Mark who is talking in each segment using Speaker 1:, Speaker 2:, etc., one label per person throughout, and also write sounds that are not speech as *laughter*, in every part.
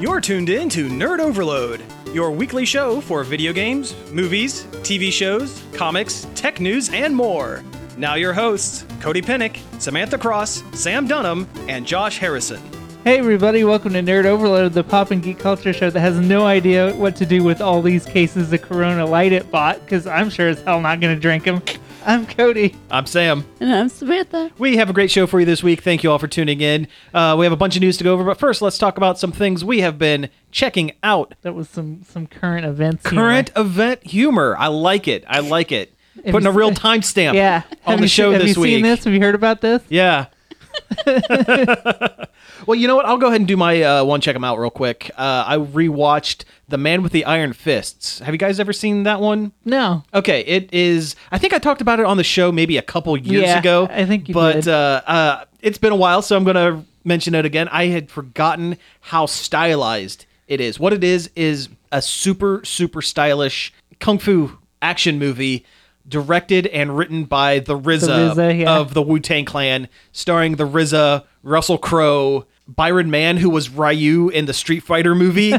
Speaker 1: You're tuned in to Nerd Overload, your weekly show for video games, movies, TV shows, comics, tech news, and more. Now, your hosts, Cody Pennick, Samantha Cross, Sam Dunham, and Josh Harrison.
Speaker 2: Hey everybody, welcome to Nerd Overload, the pop and geek culture show that has no idea what to do with all these cases of Corona Light it bought, because I'm sure as hell not going to drink them. *laughs* I'm Cody.
Speaker 3: I'm Sam.
Speaker 4: And I'm Samantha.
Speaker 3: We have a great show for you this week. Thank you all for tuning in. Uh, we have a bunch of news to go over, but first, let's talk about some things we have been checking out.
Speaker 2: That was some some current events. humor.
Speaker 3: Current event humor. I like it. I like it.
Speaker 2: Have
Speaker 3: Putting
Speaker 2: you
Speaker 3: a real
Speaker 2: se-
Speaker 3: timestamp
Speaker 2: yeah.
Speaker 3: on
Speaker 2: Have
Speaker 3: the
Speaker 2: you
Speaker 3: show
Speaker 2: seen- have
Speaker 3: this
Speaker 2: you
Speaker 3: week.
Speaker 2: seen this? Have you heard about this?
Speaker 3: Yeah. *laughs* well, you know what? I'll go ahead and do my uh, one check them out real quick. Uh, I rewatched The Man with the Iron Fists. Have you guys ever seen that one?
Speaker 2: No.
Speaker 3: Okay, it is. I think I talked about it on the show maybe a couple years
Speaker 2: Yeah,
Speaker 3: ago.
Speaker 2: I think you
Speaker 3: but
Speaker 2: did.
Speaker 3: Uh, uh, it's been a while, so I'm gonna mention it again. I had forgotten how stylized it is. What it is is a super super stylish kung fu action movie. Directed and written by the RZA,
Speaker 2: The RZA, yeah.
Speaker 3: of the Wu Tang Clan, starring the RZA, Russell Crowe, Byron Mann, who was Ryu in the Street Fighter movie.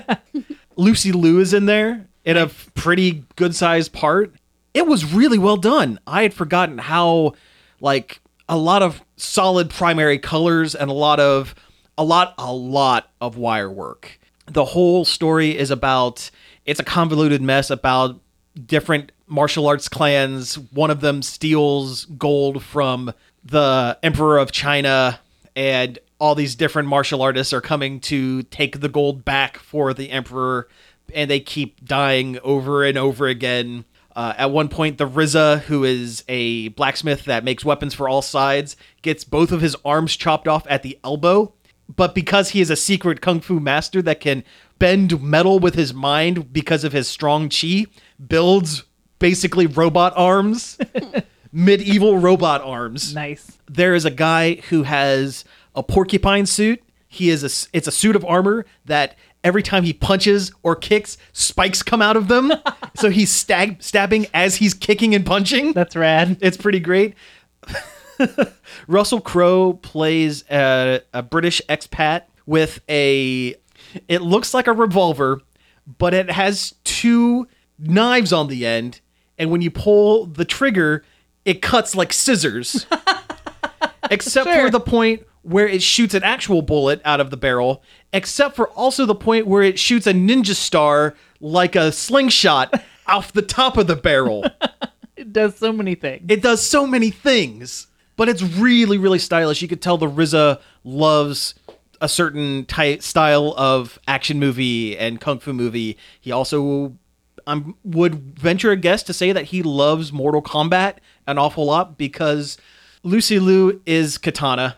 Speaker 3: Lucy Liu is in there in a pretty good sized part. It was really well done. I had forgotten how like a lot of solid primary colors and a lot of a lot a lot of wire work. The whole story is about it's a convoluted mess about different martial arts clans. One of them steals gold from the emperor of China and all these different martial artists are coming to take the gold back for the emperor and they keep dying over and over again uh, at one point the rizza who is a blacksmith that makes weapons for all sides gets both of his arms chopped off at the elbow but because he is a secret kung fu master that can bend metal with his mind because of his strong chi builds basically robot arms *laughs* medieval robot arms
Speaker 2: Nice.
Speaker 3: there is a guy who has a porcupine suit. He is a s- it's a suit of armor that every time he punches or kicks, spikes come out of
Speaker 2: *laughs*
Speaker 3: them. so he's stab- stabbing as he's kicking and punching.
Speaker 2: That's rad.
Speaker 3: *laughs* It's pretty great. Russell Crowe plays a, a British expat with a. It looks like a revolver, but it has two knives on the end, and when you pull the trigger, it cuts like scissors. except for
Speaker 2: Sure.
Speaker 3: the point where it shoots an actual bullet out of the barrel, except for also the point where it shoots a ninja star like a slingshot off the top of the barrel.
Speaker 2: It does so many things.
Speaker 3: It does so many things, but it's really, really stylish. You could tell the RZA loves a certain type style of action movie and kung fu movie. He also, I would venture a guess to say that he loves Mortal Kombat an awful lot because Lucy Liu is Katana.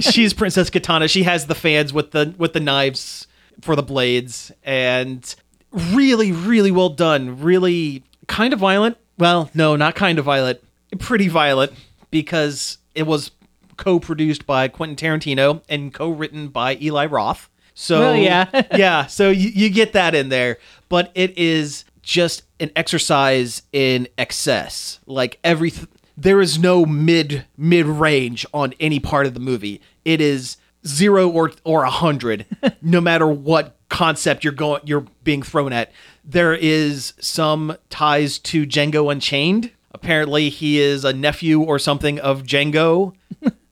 Speaker 3: She's Princess Katana. She has the fans with the with the knives for the blades and really really well done. Really kind of violent. Well, no, not kind of violent. Pretty violent because it was co-produced by Quentin Tarantino and co-written by Eli Roth. So
Speaker 2: Well, yeah.
Speaker 3: *laughs* yeah, so you, you get that in there, but it is just an exercise in excess. Like every there is no mid mid range on any part of the movie. It is zero or or a hundred, no matter what concept you're going you're being thrown at. There is some ties to Django Unchained. Apparently, he is a nephew or something of Django.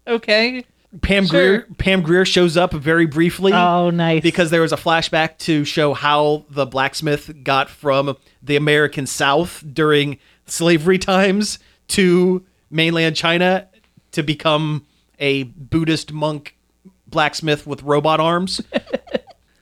Speaker 2: Okay.
Speaker 3: Pam
Speaker 2: Sure.
Speaker 3: Greer Pam Greer shows up very briefly.
Speaker 2: Oh, nice.
Speaker 3: Because there was a flashback to show how the blacksmith got from the American South during slavery times to mainland China to become a Buddhist monk blacksmith with robot arms.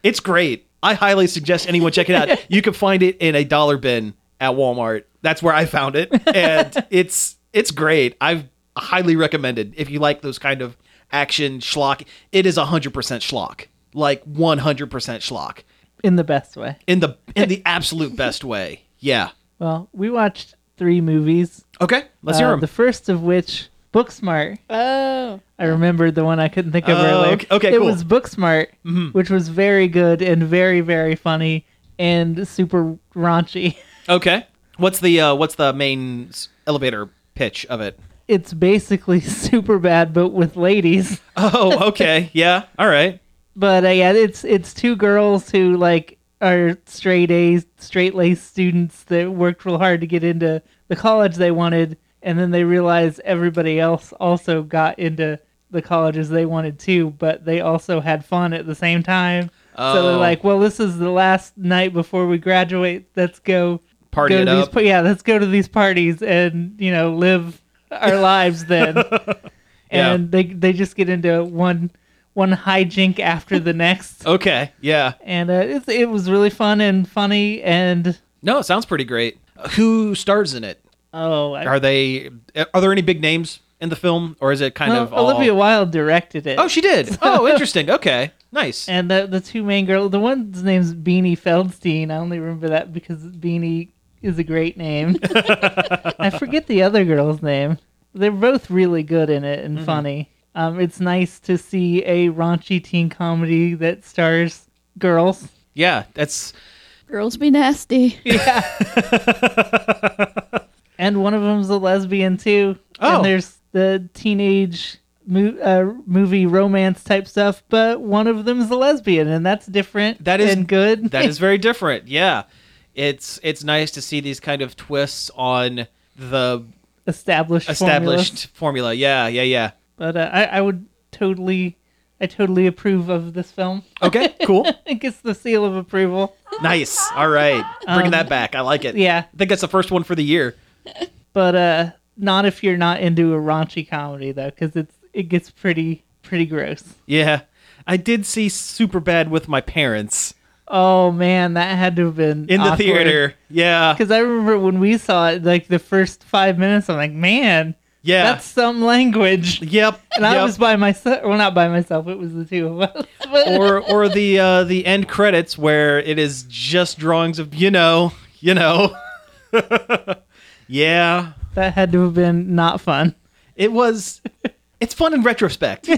Speaker 3: it's great. I highly suggest anyone check it
Speaker 2: *laughs*
Speaker 3: out. You can find it in a dollar bin at Walmart. That's where I found it,
Speaker 2: *laughs*
Speaker 3: and it's it's great. I've highly recommended if you like those kind of action schlock. It is hundred percent schlock, like one hundred percent schlock
Speaker 2: in the best way.
Speaker 3: in the in the
Speaker 2: *laughs*
Speaker 3: absolute best way. Yeah.
Speaker 2: Well, we watched three movies.
Speaker 3: Okay. Let's
Speaker 2: uh,
Speaker 3: hear them.
Speaker 2: The first of which, Booksmart.
Speaker 4: Oh.
Speaker 2: I remembered the one I couldn't think of
Speaker 3: Oh,
Speaker 2: earlier.
Speaker 3: okay- okay,
Speaker 2: it
Speaker 3: cool. Mm-hmm.
Speaker 2: was Booksmart, which was very good and very very funny and super raunchy. *laughs*
Speaker 3: okay. What's the uh, what's the main s- elevator pitch of
Speaker 2: *laughs*
Speaker 3: it?
Speaker 2: It's basically super bad, but with ladies.
Speaker 3: Oh, okay. yeah. All right.
Speaker 2: But uh, yeah, it's it's two girls who like are straight A, straight laced students that worked real hard to get into the college they wanted, and then they realize everybody else also got into the colleges they wanted too, but they also had fun at the same time. So they're
Speaker 3: Oh.
Speaker 2: like, well, this is the last night before we graduate. Let's go
Speaker 3: Party
Speaker 2: go
Speaker 3: it
Speaker 2: to these
Speaker 3: up.
Speaker 2: pa- yeah, let's go to these parties and you know live our lives then.
Speaker 3: *laughs* Yeah.
Speaker 2: And they they just get into one one hijink after the next,
Speaker 3: Okay. Yeah.
Speaker 2: and uh, it's, it was really fun and funny and
Speaker 3: No, it sounds pretty great. Who stars in it?
Speaker 2: oh, I,
Speaker 3: Are they? eh, Are there any big names in the film, or is it kind
Speaker 2: well,
Speaker 3: of all?
Speaker 2: Olivia Wilde directed it.
Speaker 3: Oh, she did. *laughs* Oh, interesting. Okay, nice.
Speaker 2: and the the two main girls, the one's name's Beanie Feldstein. I only remember that because Beanie is a
Speaker 3: *laughs*
Speaker 2: great name. I forget the other girl's name. They're both really good in it and
Speaker 3: Mm-hmm.
Speaker 2: funny. Um, it's nice to see a raunchy teen comedy that stars girls.
Speaker 3: Yeah, that's
Speaker 4: Girls be nasty.
Speaker 2: and one of them's a lesbian too.
Speaker 3: Oh.
Speaker 2: and there's the teenage mo- uh, movie romance type stuff, but one of them's a lesbian, and that's different.
Speaker 3: That is-
Speaker 2: and good.
Speaker 3: that is very different. Yeah, it's it's nice to see these kind of twists on the
Speaker 2: *laughs* established formulas.
Speaker 3: established formula. Yeah, yeah, yeah.
Speaker 2: but uh, I, I would totally, I totally approve of this film. *laughs*
Speaker 3: Okay, cool.
Speaker 2: it gets the seal of approval.
Speaker 3: nice. All right, bringing that back. I like it.
Speaker 2: Um, Yeah,
Speaker 3: I think that's the first one for the year.
Speaker 2: but uh, not if you're not into a raunchy comedy though, because it's it gets pretty pretty gross.
Speaker 3: Yeah, I did see Super Bad with my parents
Speaker 2: Oh man, that had to have been
Speaker 3: in the theater. Yeah,
Speaker 2: Because I remember when we saw it, like the first five minutes, I'm like, man,
Speaker 3: yeah.
Speaker 2: that's some language.
Speaker 3: Yep.
Speaker 2: And I
Speaker 3: yep.
Speaker 2: was by myself. Well, not by myself. It was the two of us. *laughs* But
Speaker 3: or or the uh, the end credits where it is just drawings of you know you know *laughs* yeah
Speaker 2: that had to have been not fun.
Speaker 3: it was it's fun in retrospect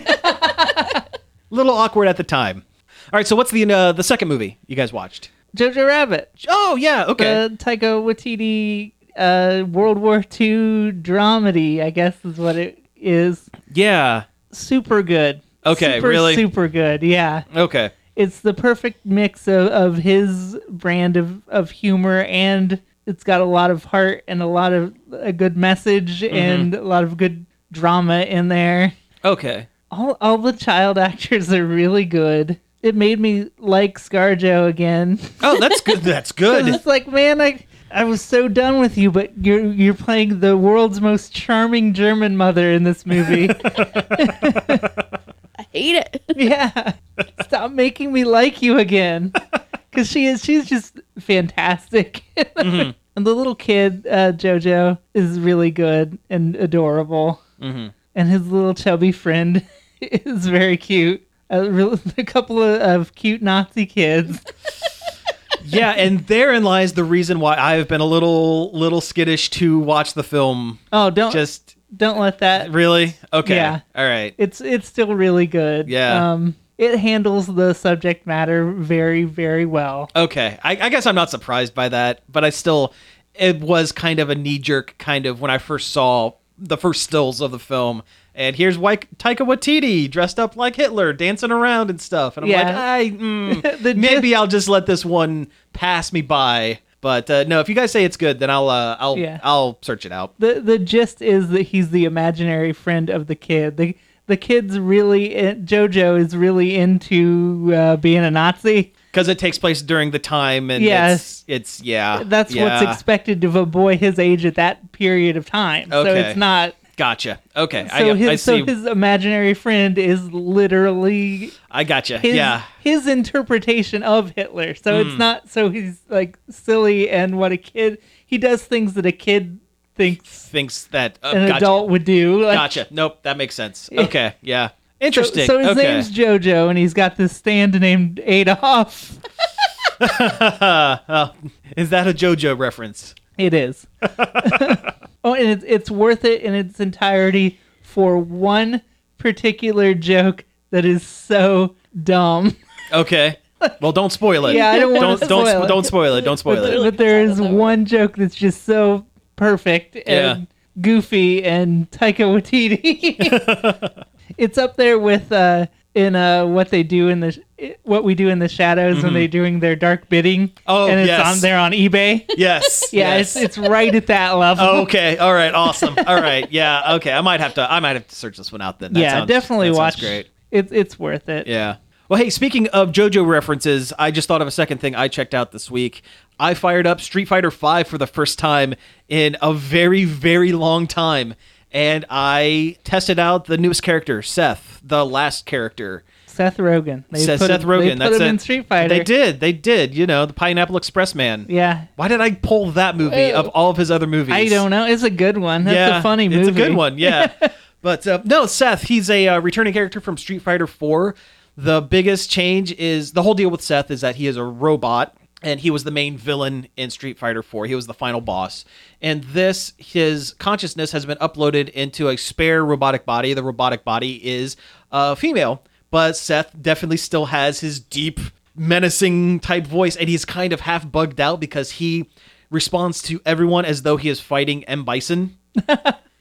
Speaker 3: *laughs* little awkward at the time all right so what's the uh, the second movie you guys watched
Speaker 2: Jojo Rabbit.
Speaker 3: oh yeah okay
Speaker 2: the Taika Waititi uh, World War II dramedy, I guess is what it is.
Speaker 3: yeah
Speaker 2: Super good.
Speaker 3: Okay,
Speaker 2: super,
Speaker 3: really?
Speaker 2: Super good, yeah.
Speaker 3: okay
Speaker 2: It's the perfect mix of, of his brand of, of humor and it's got a lot of heart and a lot of a good message and a lot of good drama in there.
Speaker 3: okay
Speaker 2: All, all the child actors are really good. It made me like Scarjo again. *laughs*
Speaker 3: oh that's good that's good
Speaker 2: It's like, man, I I was so done with you, but you're you're playing the world's most charming German mother in this movie.
Speaker 4: *laughs* I hate it.
Speaker 2: *laughs* yeah, stop making me like
Speaker 3: *laughs*
Speaker 2: you again, because she is she's just fantastic.
Speaker 3: Mm-hmm.
Speaker 2: *laughs* And the little kid uh, Jojo is really good and adorable,
Speaker 3: Mm-hmm.
Speaker 2: and his little chubby friend *laughs* is very cute. A, real, *laughs* a couple of, of cute Nazi kids.
Speaker 3: yeah and therein lies the reason why i have been a little little skittish to watch the film
Speaker 2: Oh, don't
Speaker 3: just
Speaker 2: don't let that
Speaker 3: really okay
Speaker 2: Yeah.
Speaker 3: all right
Speaker 2: it's it's still really good.
Speaker 3: Yeah.
Speaker 2: Um, it handles the subject matter very very well.
Speaker 3: Okay, I, I guess I'm not surprised by that, but I still, it was kind of a knee jerk kind of when I first saw the first stills of the film, and here's Wy- Taika Waititi dressed up like Hitler dancing around and stuff, and I'm like,
Speaker 2: Yeah. *laughs*
Speaker 3: I mm,
Speaker 2: The
Speaker 3: maybe I'll just let this one pass me by. But uh, no, if you guys say it's good, then I'll uh, I'll
Speaker 2: Yeah.
Speaker 3: I'll search it out.
Speaker 2: The the gist is that he's the imaginary friend of the kid. The the kid's really in, JoJo is really into uh, being a Nazi.
Speaker 3: Because it takes place during the time, and
Speaker 2: Yeah.
Speaker 3: it's, it's yeah,
Speaker 2: That's
Speaker 3: yeah.
Speaker 2: what's expected of a boy his age at that period of time. So
Speaker 3: Okay.
Speaker 2: it's not.
Speaker 3: Gotcha. Okay,
Speaker 2: So
Speaker 3: I,
Speaker 2: his
Speaker 3: I see.
Speaker 2: so his imaginary friend is literally
Speaker 3: I gotcha.
Speaker 2: his
Speaker 3: yeah. Hmm.
Speaker 2: his interpretation of Hitler. So it's not so he's like silly and what a kid he does things that a kid thinks
Speaker 3: Thinks that uh,
Speaker 2: an
Speaker 3: gotcha.
Speaker 2: adult would do. Like,
Speaker 3: Gotcha. Nope, that makes sense. Okay, yeah. Interesting.
Speaker 2: So, so his
Speaker 3: okay. *laughs*
Speaker 2: name's Jojo, and he's got this stand named Adolf. *laughs*
Speaker 3: Is that a JoJo reference? *laughs*
Speaker 2: It is. oh, and it's it's worth it in its entirety for one particular joke that is so dumb. *laughs*
Speaker 3: Okay. Well, don't spoil it.
Speaker 2: Yeah, I don't wanna
Speaker 3: don't, don't
Speaker 2: spoil
Speaker 3: sp-
Speaker 2: it.
Speaker 3: Don't spoil it. Don't spoil
Speaker 2: but,
Speaker 3: it.
Speaker 2: but there is one joke that's just so perfect and
Speaker 3: Yeah. *laughs*
Speaker 2: goofy and Taika Waititi. it's up there with uh, in uh, what they do in the sh- what we do in the shadows when they're doing their dark bidding.
Speaker 3: Mm-hmm. Oh,
Speaker 2: and it's
Speaker 3: yes.
Speaker 2: on there
Speaker 3: *laughs*
Speaker 2: on eBay.
Speaker 3: *laughs* Yes.
Speaker 2: Yeah,
Speaker 3: yes. Oh,
Speaker 2: it's it's right at that level. *laughs*
Speaker 3: okay. All right. Awesome. All right. Yeah. Okay. I might have to. I might have to search this one out then. That
Speaker 2: yeah,
Speaker 3: sounds-
Speaker 2: definitely
Speaker 3: that sounds
Speaker 2: watch.
Speaker 3: Great.
Speaker 2: It's it's worth it.
Speaker 3: Yeah. Well, hey, speaking of JoJo references, I just thought of a second thing I checked out this week. I fired up Street Fighter V for the first time in a very, very long time, and I tested out the newest character, Seth, the last character.
Speaker 2: Seth Rogen. They
Speaker 3: Seth,
Speaker 2: put
Speaker 3: Seth
Speaker 2: him,
Speaker 3: Rogen.
Speaker 2: They put
Speaker 3: that's
Speaker 2: him
Speaker 3: it.
Speaker 2: in Street Fighter.
Speaker 3: They did. They did. You know, the Pineapple Express man.
Speaker 2: Yeah.
Speaker 3: Why did I pull that movie
Speaker 4: Ew.
Speaker 3: of all of his other movies?
Speaker 2: I don't know. It's a good one. That's a funny movie.
Speaker 3: It's a good one,
Speaker 2: *laughs*
Speaker 3: yeah. but uh, no, Seth, he's a uh, returning character from Street Fighter 4. The biggest change is the whole deal with Seth is that he is a robot and he was the main villain in Street Fighter 4. He was the final boss. And this his consciousness has been uploaded into a spare robotic body. The robotic body is uh, female, but Seth definitely still has his deep menacing type voice and he's kind of half bugged out because he responds to everyone as though he is fighting M Bison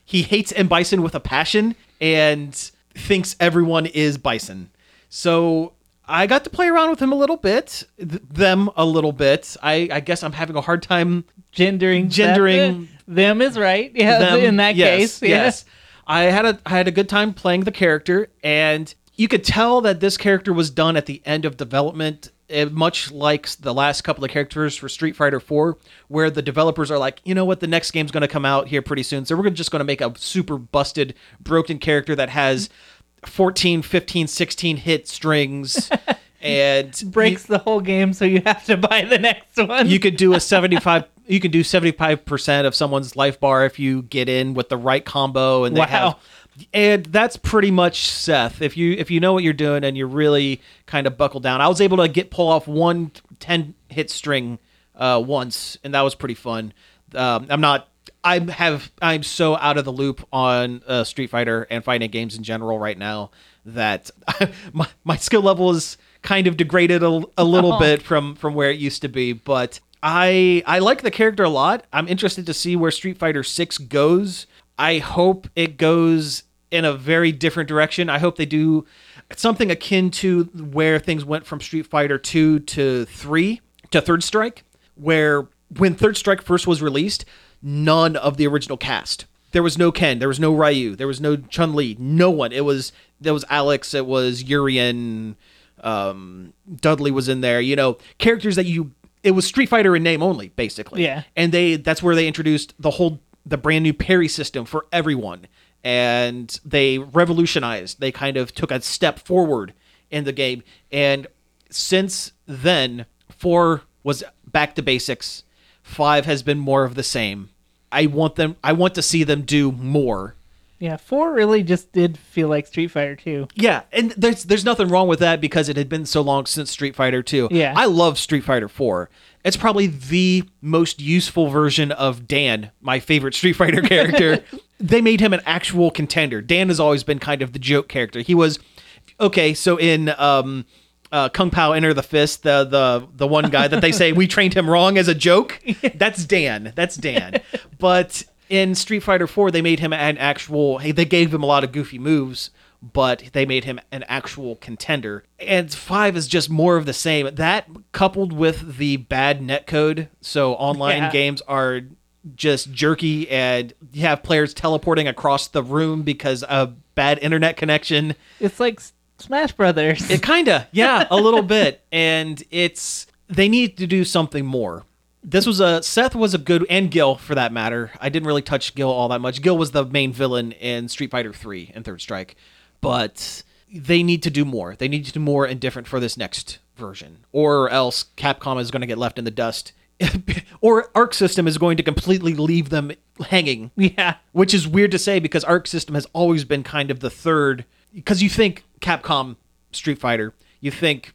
Speaker 3: he hates M. Bison with a passion and thinks everyone is Bison. So I got to play around with him a little bit, th- them a little bit. I, I guess I'm having a hard time
Speaker 2: Gendering. Seth-
Speaker 3: Gendering-
Speaker 2: them is right. Yeah.
Speaker 3: them.
Speaker 2: in that
Speaker 3: Yes,
Speaker 2: case. Yeah.
Speaker 3: yes. I had a I had a good time playing the character, and you could tell that this character was done at the end of development, eh, much like the last couple of characters for Street Fighter Four, where the developers are like, you know what, the next game's going to come out here pretty soon, so we're just going to make a super busted, broken character that has 14, 15, 16 hit
Speaker 2: *laughs*
Speaker 3: strings. And
Speaker 2: *laughs* Breaks the whole game, so you have to *laughs* buy the next one.
Speaker 3: you could
Speaker 2: *laughs*
Speaker 3: do a 75 you could do 75% of someone's life bar if you get in with the right combo and they
Speaker 2: Wow.
Speaker 3: have and that's pretty much Seth. If you if you know what you're doing and you're really kind of buckled down. I was able to get pull off one 10 hit string uh once and that was pretty fun. Um I'm not I have I'm so out of the loop on uh, Street Fighter and fighting games in general right now that *laughs* my my skill level is kind of degraded a, a little *laughs* bit from from where it used to be, but I I like the character a lot. I'm interested to see where Street Fighter 6 goes. I hope it goes in a very different direction. I hope they do something akin to where things went from Street Fighter 2 to 3 to Third Strike, where when Third Strike first was released, none of the original cast. There was no Ken, there was no Ryu, there was no Chun Li, no one. It was there was Alex, it was Urien, um, Dudley was in there. You know, characters that you it was Street Fighter in name only, basically.
Speaker 2: Yeah.
Speaker 3: And they that's where they introduced the whole the brand new parry system for everyone, and they revolutionized. They kind of took a step forward in the game, and since then, four was back to basics. Five has been more of the same. I want them. I want to see them do more.
Speaker 2: yeah. Four really just did feel like Street Fighter Two.
Speaker 3: Yeah, and there's there's nothing wrong with that because it had been so long since Street Fighter 2.
Speaker 2: Yeah.
Speaker 3: I love Street Fighter 4. It's probably the most useful version of Dan, my favorite Street Fighter character. they made him an actual contender. Dan has always been kind of the joke character. He was okay, so in um uh, Kung Pao Enter the Fist, the the the one guy that they say we trained him wrong as a joke. That's Dan. That's Dan. But in Street Fighter 4, they made him an actual. Hey, they gave him a lot of goofy moves, but they made him an actual contender. And five is just more of the same. That coupled with the bad netcode, so online
Speaker 2: Yeah.
Speaker 3: games are just jerky, and you have players teleporting across the room because of bad internet connection.
Speaker 2: It's like S- Smash Brothers.
Speaker 3: It kinda, yeah, a little bit, and it's they need to do something more. This was a Seth was a good and Gil for that matter. I didn't really touch Gil all that much. Gil was the main villain in Street Fighter Three and Third Strike, but they need to do more. They need to do more and different for this next version, or else Capcom is going to get left in the dust, *laughs* or Arc System is going to completely leave them hanging
Speaker 2: *laughs* yeah.
Speaker 3: which is weird to say because Arc System has always been kind of the third. Because you think Capcom Street Fighter, you think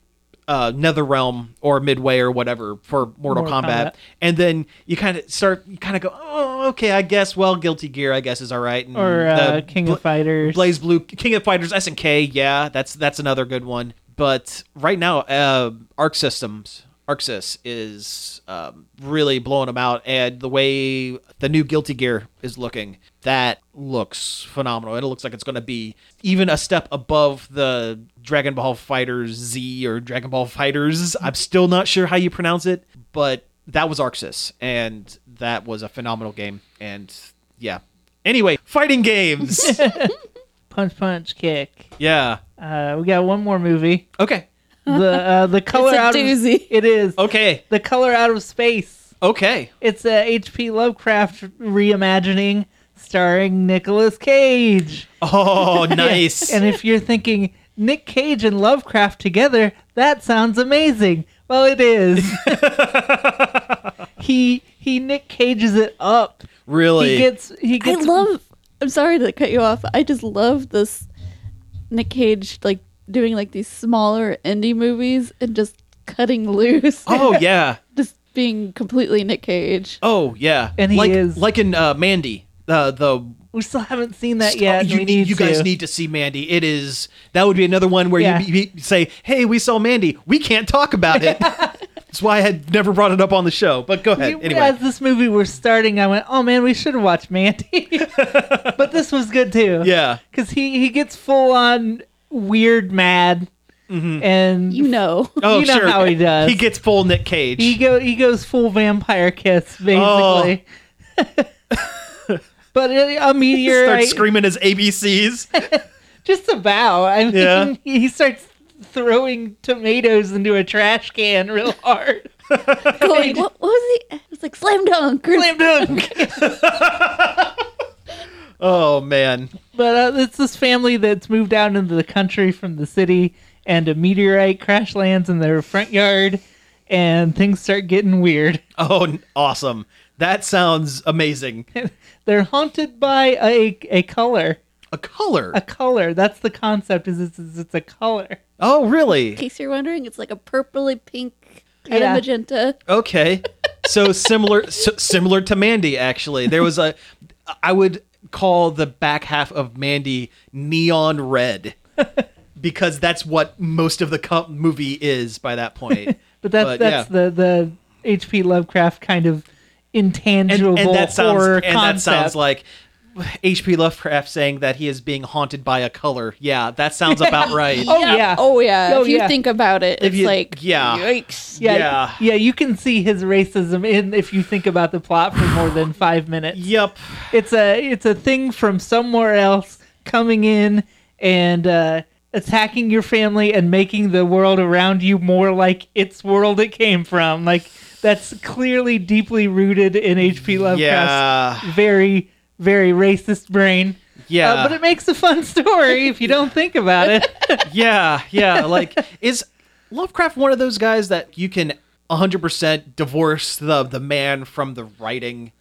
Speaker 3: uh, NetherRealm or Midway or whatever for Mortal,
Speaker 2: Mortal
Speaker 3: Kombat,
Speaker 2: Kombat.
Speaker 3: and then you kind of start, you kind of go, oh, okay, I guess. Well, Guilty Gear, I guess, is all right. And
Speaker 2: Or uh,
Speaker 3: the
Speaker 2: King
Speaker 3: Bla-
Speaker 2: of Fighters.
Speaker 3: Blaze Blue, King of Fighters, SNK. Yeah, that's that's another good one. But right now, uh, Arc Systems Arxis is um, really blowing them out, and the way the new Guilty Gear is looking, that looks phenomenal. It looks like it's going to be even a step above the Dragon Ball Fighters Z or Dragon Ball Fighters. I'm still not sure how you pronounce it, but that was Arxis, and that was a phenomenal game. And yeah. Anyway, fighting games.
Speaker 2: Punch, punch, kick.
Speaker 3: yeah.
Speaker 2: Uh, we got one more movie.
Speaker 3: Okay.
Speaker 2: The uh, the color
Speaker 4: a
Speaker 2: out Of,
Speaker 4: doozy.
Speaker 2: it is
Speaker 3: Okay.
Speaker 2: the color out of space.
Speaker 3: Okay.
Speaker 2: It's a H.P. Lovecraft reimagining starring Nicolas Cage. *laughs*
Speaker 3: Oh, nice.
Speaker 2: And if you're thinking Nick Cage and Lovecraft together, that sounds amazing. Well, it is.
Speaker 3: *laughs*
Speaker 2: he he Nick Cages it up.
Speaker 3: really.
Speaker 2: He gets he
Speaker 4: I
Speaker 2: gets
Speaker 4: love. I'm sorry to cut you off. I just love this Nick Cage like doing like these smaller indie movies and just cutting loose,
Speaker 3: oh yeah.
Speaker 4: *laughs* just being completely Nick Cage.
Speaker 3: Oh yeah.
Speaker 2: And he
Speaker 3: like,
Speaker 2: is-
Speaker 3: like in uh, Mandy. Uh, the
Speaker 2: We still haven't seen that yet.
Speaker 3: you,
Speaker 2: we need
Speaker 3: you guys
Speaker 2: to.
Speaker 3: need to see Mandy. It is that would be another one where
Speaker 2: Yeah.
Speaker 3: you, be- be- say, "Hey, we saw Mandy. We can't talk about
Speaker 2: *laughs*
Speaker 3: it." That's why I had never brought it up on the show. But go ahead
Speaker 2: We-
Speaker 3: anyway.
Speaker 2: As this movie was starting, I went, "Oh man, we should watch
Speaker 3: *laughs*
Speaker 2: Mandy," but this was good too.
Speaker 3: Yeah.
Speaker 2: because he he gets full on weird mad, and
Speaker 4: You know, *laughs*
Speaker 3: Oh
Speaker 2: you know
Speaker 3: sure.
Speaker 2: how he does.
Speaker 3: He gets full Nick Cage.
Speaker 2: He go he goes full vampire kiss basically. *laughs* but uh, it, a meteorite,
Speaker 3: starts screaming his ABCs.
Speaker 2: just about. I mean,
Speaker 3: Yeah.
Speaker 2: *laughs* he starts throwing tomatoes into a trash can real hard.
Speaker 4: going, what, what was he? It's like slam dunk. or-
Speaker 2: Slam dunk.
Speaker 3: oh man.
Speaker 2: *laughs* But uh, it's this family that's moved out into the country from the city, and a meteorite crash lands in their front yard, and things start getting weird.
Speaker 3: Oh, n- awesome. That sounds amazing.
Speaker 2: *laughs* They're haunted by a a color.
Speaker 3: A color.
Speaker 2: A color. That's the concept. Is it's, is it's a color.
Speaker 3: oh, really?
Speaker 4: In case you're wondering, it's like a purpley pink and
Speaker 2: Yeah.
Speaker 4: a magenta.
Speaker 3: Okay. So similar s- similar to Mandy actually. There was a I would call the back half of Mandy neon
Speaker 2: *laughs*
Speaker 3: red because that's what most of the co- movie is by that
Speaker 2: *laughs*
Speaker 3: point.
Speaker 2: But that's
Speaker 3: But,
Speaker 2: that's the the H.P. Lovecraft kind of intangible
Speaker 3: And, and that sounds
Speaker 2: horror
Speaker 3: and that
Speaker 2: concept.
Speaker 3: sounds like H.P. Lovecraft saying that he is being haunted by a color. Yeah, that sounds about
Speaker 2: *laughs*
Speaker 3: right.
Speaker 2: Oh, yeah.
Speaker 4: Oh yeah.
Speaker 2: Oh,
Speaker 4: if you
Speaker 2: yeah.
Speaker 4: think about it, it's
Speaker 3: you-
Speaker 4: like
Speaker 3: yeah.
Speaker 4: yikes. *laughs*
Speaker 2: yeah,
Speaker 3: yeah.
Speaker 2: yeah, You can see his racism in if you think about the plot for more than five minutes.
Speaker 3: Yep.
Speaker 2: It's a it's a thing from somewhere else coming in and uh, attacking your family and making the world around you more like its world it came from. Like that's clearly deeply rooted in H.P. Lovecraft's
Speaker 3: Yeah.
Speaker 2: very very racist brain.
Speaker 3: Yeah.
Speaker 2: Uh, but it makes a fun story if you don't think about it.
Speaker 3: *laughs* yeah, yeah. Like, is Lovecraft one of those guys that you can 100% divorce the the man from the writing?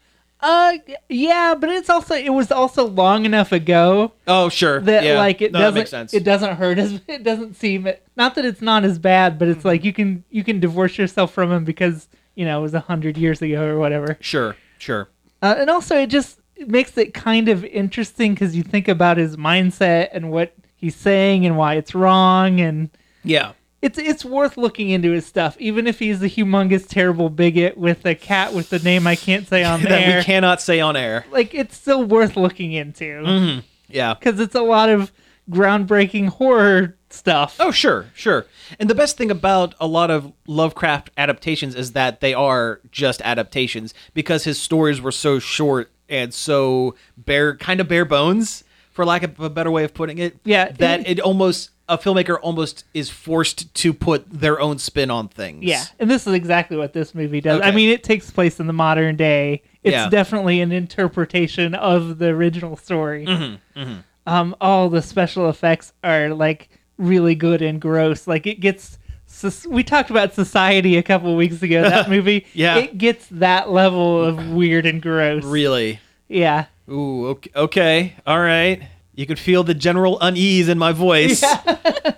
Speaker 2: uh, yeah, but it's also it was also long enough ago
Speaker 3: Oh, sure.
Speaker 2: that
Speaker 3: yeah.
Speaker 2: like it
Speaker 3: No,
Speaker 2: doesn't
Speaker 3: That makes sense.
Speaker 2: it doesn't hurt as *laughs* it doesn't seem not that it's not as bad, but
Speaker 3: Mm-hmm.
Speaker 2: it's like you can you can divorce yourself from him because you know it was a hundred years ago or whatever.
Speaker 3: sure, sure.
Speaker 2: Uh, and also, it just it makes it kind of interesting because you think about his mindset and what he's saying and why it's wrong and.
Speaker 3: Yeah.
Speaker 2: it's it's worth looking into his stuff, even if he's a humongous terrible bigot with a cat with the name I can't say on
Speaker 3: *laughs* *laughs* that
Speaker 2: there.
Speaker 3: we cannot say on air.
Speaker 2: Like it's still worth looking into
Speaker 3: Mm-hmm. Yeah.
Speaker 2: because it's a lot of groundbreaking horror stuff.
Speaker 3: Oh, sure, sure. And the best thing about a lot of Lovecraft adaptations is that they are just adaptations because his stories were so short and so bare, kind of bare bones, for lack of a better way of putting it.
Speaker 2: Yeah.
Speaker 3: That it, almost, a filmmaker almost is forced to put their own spin on things.
Speaker 2: Yeah, and this is exactly what this movie does. I
Speaker 3: Okay.
Speaker 2: mean, it takes place in the modern day. It's
Speaker 3: Yeah.
Speaker 2: definitely an interpretation of the original story.
Speaker 3: Mm-hmm,
Speaker 2: Um, all the special effects are like really good and gross. Like it gets. sus- We talked about Society a couple weeks ago.
Speaker 3: *laughs*
Speaker 2: That movie.
Speaker 3: Yeah.
Speaker 2: It gets that level of weird and gross.
Speaker 3: Really?
Speaker 2: Yeah.
Speaker 3: Ooh, okay, okay. All right. You could feel the general unease in my voice.
Speaker 2: *laughs*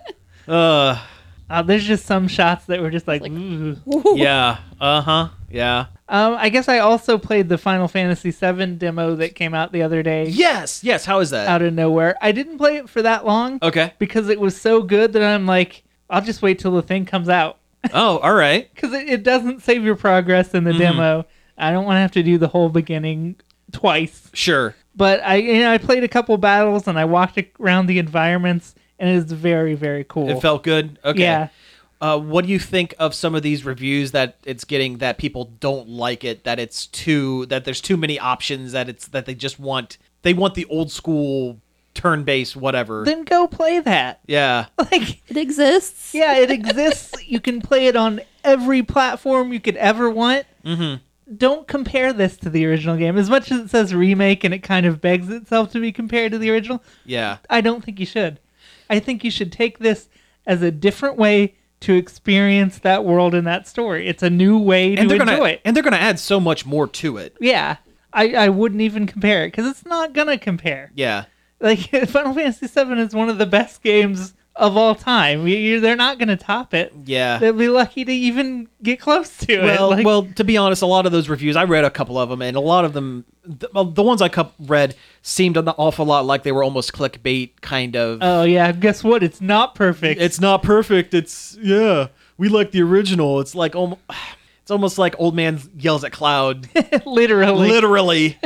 Speaker 3: uh,
Speaker 2: Uh, there's just some shots that were just like. "Ooh."
Speaker 3: yeah. Uh huh. Yeah.
Speaker 2: Um, I guess I also played the Final Fantasy VII demo that came out the other day.
Speaker 3: Yes. Yes. How is that? Oh.
Speaker 2: out of nowhere. I didn't play it for that long
Speaker 3: okay.
Speaker 2: because it was so good that I'm like, I'll just wait till the thing comes out.
Speaker 3: Oh, all right.
Speaker 2: because it, it doesn't save your progress in the
Speaker 3: Mm-hmm.
Speaker 2: demo. I don't want to have to do the whole beginning twice.
Speaker 3: Sure.
Speaker 2: But I, you know, I played a couple battles and I walked around the environments, and it's very, very cool.
Speaker 3: It felt good. Okay.
Speaker 2: Yeah.
Speaker 3: Uh, what do you think of some of these reviews that it's getting that people don't like it that it's too that there's too many options that it's that they just want they want the old school turn based whatever.
Speaker 2: then go play that. *laughs*
Speaker 3: yeah.
Speaker 2: Like,
Speaker 4: It exists.
Speaker 2: yeah, it exists. you can play it on every platform you could ever want. Mm-hmm. Don't compare this to the original game. As much as it says remake and it kind of begs itself to be compared to the original,
Speaker 3: Yeah.
Speaker 2: I don't think you should. I think you should take this as a different way to experience that world and that story. It's a new way to
Speaker 3: And they're
Speaker 2: enjoy
Speaker 3: gonna
Speaker 2: it.
Speaker 3: and they're gonna add so much more to it.
Speaker 2: Yeah. I, I wouldn't even compare it because it's not going to compare.
Speaker 3: Yeah.
Speaker 2: Like, *laughs* Final Fantasy VII is one of the best games of all time. You- you- they're not going to top it.
Speaker 3: Yeah.
Speaker 2: *laughs* They'll be lucky to even get close to
Speaker 3: Well,
Speaker 2: it. Like,
Speaker 3: well, to be honest, a lot of those reviews, I read a couple of them, and a lot of them, the, well, the ones I cup- read, seemed an awful lot like they were almost clickbait kind of.
Speaker 2: oh, yeah. Guess what? It's not perfect.
Speaker 3: it's not perfect. It's yeah, we like the original. It's like almost, it's almost like old man yells at
Speaker 2: *laughs*
Speaker 3: cloud,
Speaker 2: *laughs* literally.
Speaker 3: literally.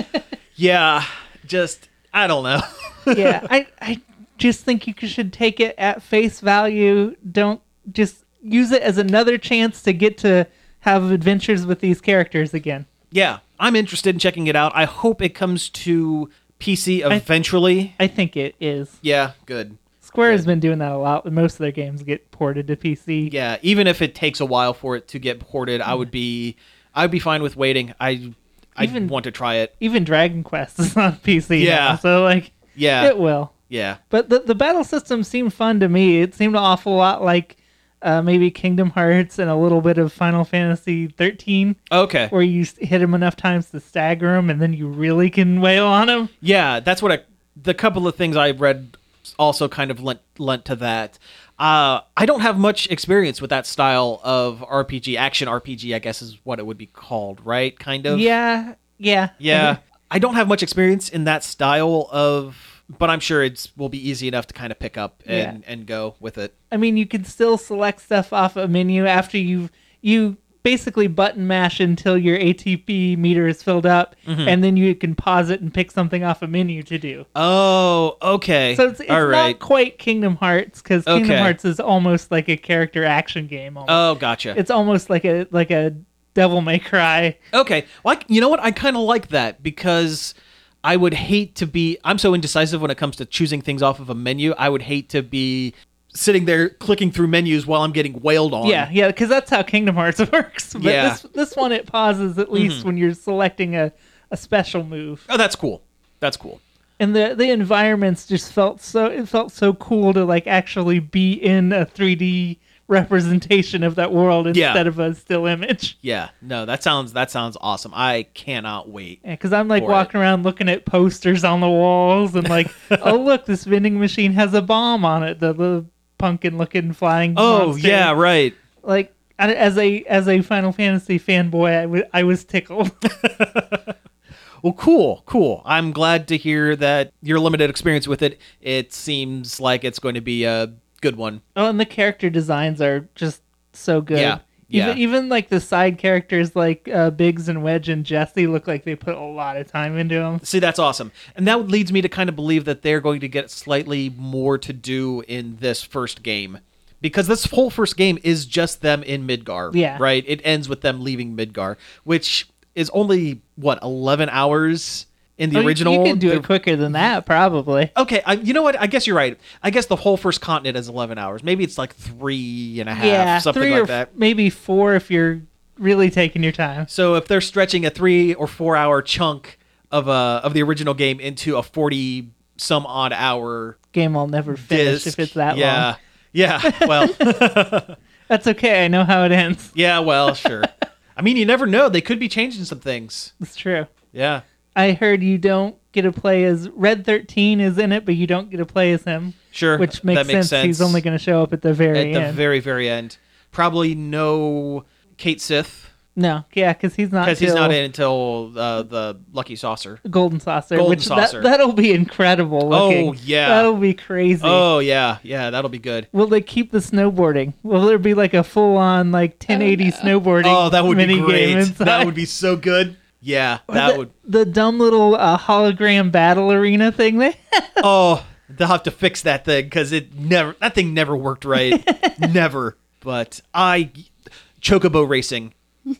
Speaker 3: yeah, just I don't know. *laughs*
Speaker 2: *laughs* yeah, I, I just think you should take it at face value. Don't just use it as another chance to get to have adventures with these characters again.
Speaker 3: yeah, I'm interested in checking it out. I hope it comes to PC eventually.
Speaker 2: I think it is.
Speaker 3: yeah, good.
Speaker 2: Square has been doing that a lot. and Most of their games get ported to PC.
Speaker 3: Yeah, even if it takes a while for it to get ported, I would be I would be fine with waiting. I I
Speaker 2: Even-
Speaker 3: want to try it.
Speaker 2: Even Dragon Quest is on PC. now,
Speaker 3: Yeah.
Speaker 2: so like,
Speaker 3: Yeah.
Speaker 2: it will.
Speaker 3: yeah.
Speaker 2: But the the battle system seemed fun to me. It seemed an awful lot like uh, maybe Kingdom Hearts and a little bit of Final Fantasy thirteen.
Speaker 3: Okay.
Speaker 2: where you s- hit him enough times to stagger him, and then you really can wail on him.
Speaker 3: Yeah, that's what I the couple of things I read also kind of lent lent to that. Uh, I don't have much experience with that style of RPG, action RPG, I guess is what it would be called, right? Kind of.
Speaker 2: Yeah, yeah,
Speaker 3: Yeah. I don't have much experience in that style of, but I'm sure it's will be easy enough to kind of pick up and, and go with it.
Speaker 2: I mean, you can still select stuff off a menu after you you basically button mash until your ATP meter is filled up,
Speaker 3: Mm-hmm.
Speaker 2: and then you can pause it and pick something off a menu to do.
Speaker 3: Oh, okay.
Speaker 2: So it's, it's
Speaker 3: All right.
Speaker 2: not quite Kingdom Hearts because Kingdom
Speaker 3: Okay.
Speaker 2: Hearts is almost like a character action game. Almost.
Speaker 3: Oh, gotcha.
Speaker 2: it's almost like a like a Devil May Cry.
Speaker 3: Okay. Well, I, you know what? I kind of like that because I would hate to be. I'm so indecisive when it comes to choosing things off of a menu. I would hate to be sitting there clicking through menus while I'm getting wailed on.
Speaker 2: Yeah, yeah, because that's how Kingdom Hearts *laughs* works. But
Speaker 3: Yeah. Mm-hmm.
Speaker 2: this this one it pauses at least when you're selecting a, a special move.
Speaker 3: Oh, that's cool. That's cool.
Speaker 2: And the the environments just felt so it felt so cool to like actually be in a 3D representation of that world
Speaker 3: Yeah.
Speaker 2: instead of a still image.
Speaker 3: Yeah. No, that sounds that sounds awesome. I cannot wait.
Speaker 2: Because I'm like
Speaker 3: For
Speaker 2: walking around looking at posters on the walls and
Speaker 3: *laughs*
Speaker 2: like, oh look, this vending machine has a bomb on it. The, the pumpkin looking flying.
Speaker 3: Oh,
Speaker 2: monster.
Speaker 3: yeah. Right.
Speaker 2: Like I- as a as a Final Fantasy fanboy, I wa- I was tickled. *laughs*
Speaker 3: Well, cool, cool. I'm glad to hear that your limited experience with it. It seems like it's going to be a good one.
Speaker 2: Oh, and the character designs are just so good.
Speaker 3: Yeah, yeah.
Speaker 2: Even, even like the side characters like uh, Biggs and Wedge and Jesse look like they put a lot of time into them.
Speaker 3: See, that's awesome. And that leads me to kind of believe that they're going to get slightly more to do in this first game. Because this whole first game is just them in Midgar.
Speaker 2: Yeah.
Speaker 3: Right? It ends with them leaving Midgar, which is only, what, 11 hours in the
Speaker 2: Oh, you-
Speaker 3: original?
Speaker 2: You, can do
Speaker 3: The-
Speaker 2: it quicker than that, probably.
Speaker 3: Okay, I, you know what? I guess you're right. I guess the whole first continent is 11 hours. Maybe it's like three and a half,
Speaker 2: yeah,
Speaker 3: something
Speaker 2: three
Speaker 3: like
Speaker 2: or f-
Speaker 3: that.
Speaker 2: maybe four if you're really taking your time.
Speaker 3: So if they're stretching a three or four hour chunk of uh, of the original game into a 40 some odd hour
Speaker 2: Game I'll never finish
Speaker 3: disc.
Speaker 2: if it's that
Speaker 3: yeah.
Speaker 2: long.
Speaker 3: Yeah.
Speaker 2: *laughs*
Speaker 3: Well,
Speaker 2: That's okay. I know how it *laughs* ends.
Speaker 3: yeah, well, sure. I mean, you never know. They could be changing some things.
Speaker 2: It's true.
Speaker 3: Yeah.
Speaker 2: I heard you don't get to play as Red Thirteen is in it, but you don't get to play as him,
Speaker 3: Sure.
Speaker 2: which makes,
Speaker 3: that makes sense.
Speaker 2: He's only going to show up at the very
Speaker 3: at the
Speaker 2: end.
Speaker 3: very very end. Probably no Kate Sith.
Speaker 2: No, yeah, because he's not.
Speaker 3: because he's not
Speaker 2: till
Speaker 3: in until uh, the Lucky Saucer.
Speaker 2: Golden Saucer.
Speaker 3: Golden
Speaker 2: which
Speaker 3: Saucer.
Speaker 2: That, that'll be incredible. Looking.
Speaker 3: Oh, yeah.
Speaker 2: that'll be crazy.
Speaker 3: Oh yeah, yeah, that'll be good.
Speaker 2: Will they keep the snowboarding? Will there be like a full on like 1080 snowboarding?
Speaker 3: Oh, that would be
Speaker 2: minigame
Speaker 3: great.
Speaker 2: inside?
Speaker 3: That
Speaker 2: *laughs*
Speaker 3: would be so good. Yeah,
Speaker 2: Or
Speaker 3: that
Speaker 2: the,
Speaker 3: would.
Speaker 2: the dumb little uh, hologram battle arena thing they
Speaker 3: Oh, they'll have to fix that thing because it never that thing never worked right, never. But I, Chocobo racing.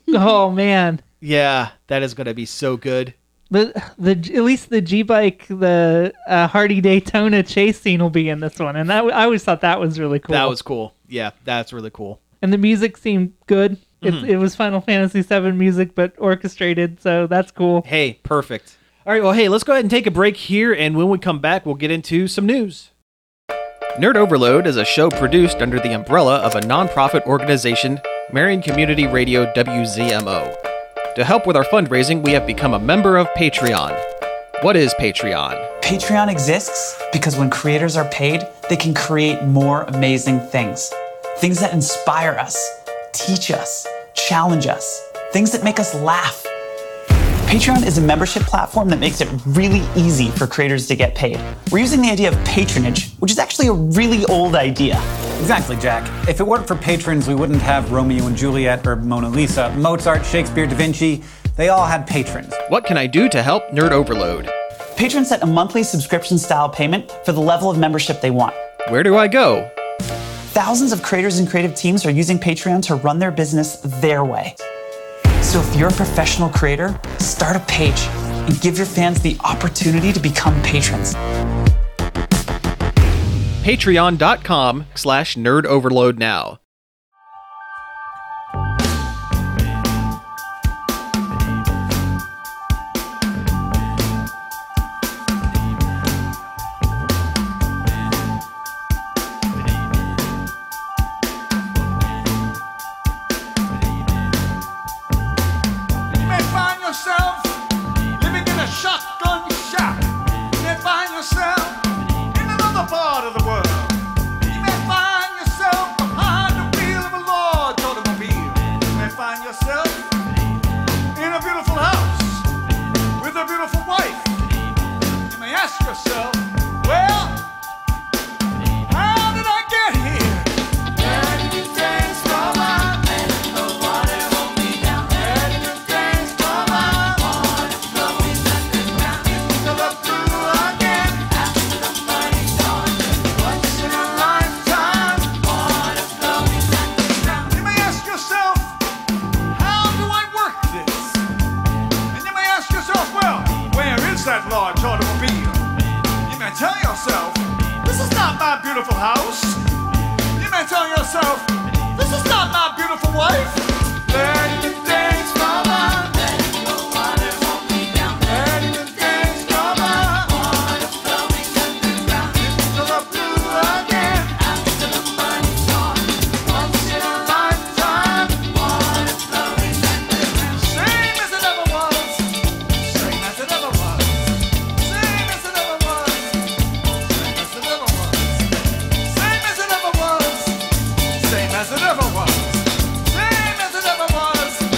Speaker 2: oh man
Speaker 3: Yeah, that is gonna be so good.
Speaker 2: the the at least the G bike the uh, Hardy Daytona chase scene will be in this one, and that, I always thought that was really cool.
Speaker 3: That was cool. Yeah, that's really cool.
Speaker 2: and the music seemed good. It,
Speaker 3: Mm-hmm.
Speaker 2: it was Final Fantasy VII music, but orchestrated, so that's cool.
Speaker 3: Hey, perfect. All right, well, hey, let's go ahead and take a break here, and when we come back, we'll get into some news. Nerd Overload is a show produced under the umbrella of a nonprofit organization, Marion Community Radio WZMO. To help with our fundraising, we have become a member of Patreon. What is Patreon?
Speaker 5: Patreon exists because when creators are paid, they can create more amazing things. Things that inspire us, teach us, challenge us, things that make us laugh. Patreon is a membership platform that makes it really easy for creators to get paid. We're using the idea of patronage, which is actually a really old idea.
Speaker 6: Exactly, Jack. If it weren't for patrons, we wouldn't have Romeo and Juliet or Mona Lisa, Mozart, Shakespeare, Da Vinci. They all had patrons.
Speaker 3: What can I do to help Nerd Overload?
Speaker 5: Patrons set a monthly subscription style payment for the level of membership they want.
Speaker 3: Where do I go?
Speaker 5: Thousands of creators and creative teams are using Patreon to run their business their way. So if you're a professional creator, start a page and give your fans the opportunity to become patrons.
Speaker 3: Patreon.com slash Nerd Overload now.
Speaker 7: You may find yourself living in a shotgun shack. You may find yourself in another part of the world. You may find yourself behind the wheel of a large automobile. You may find yourself in a beautiful house with a beautiful wife. You may ask yourself, well, how did I get here? That large automobile. You may tell yourself, this is not my beautiful house. You may tell yourself, this is not my beautiful wife. Let the things come on. Let the things come on. Till the blue again. Once in a lifetime. Same as it ever was. Same as it ever was. Same as it ever was. Same as it ever was. Same as it ever was. Same as it ever was. Same as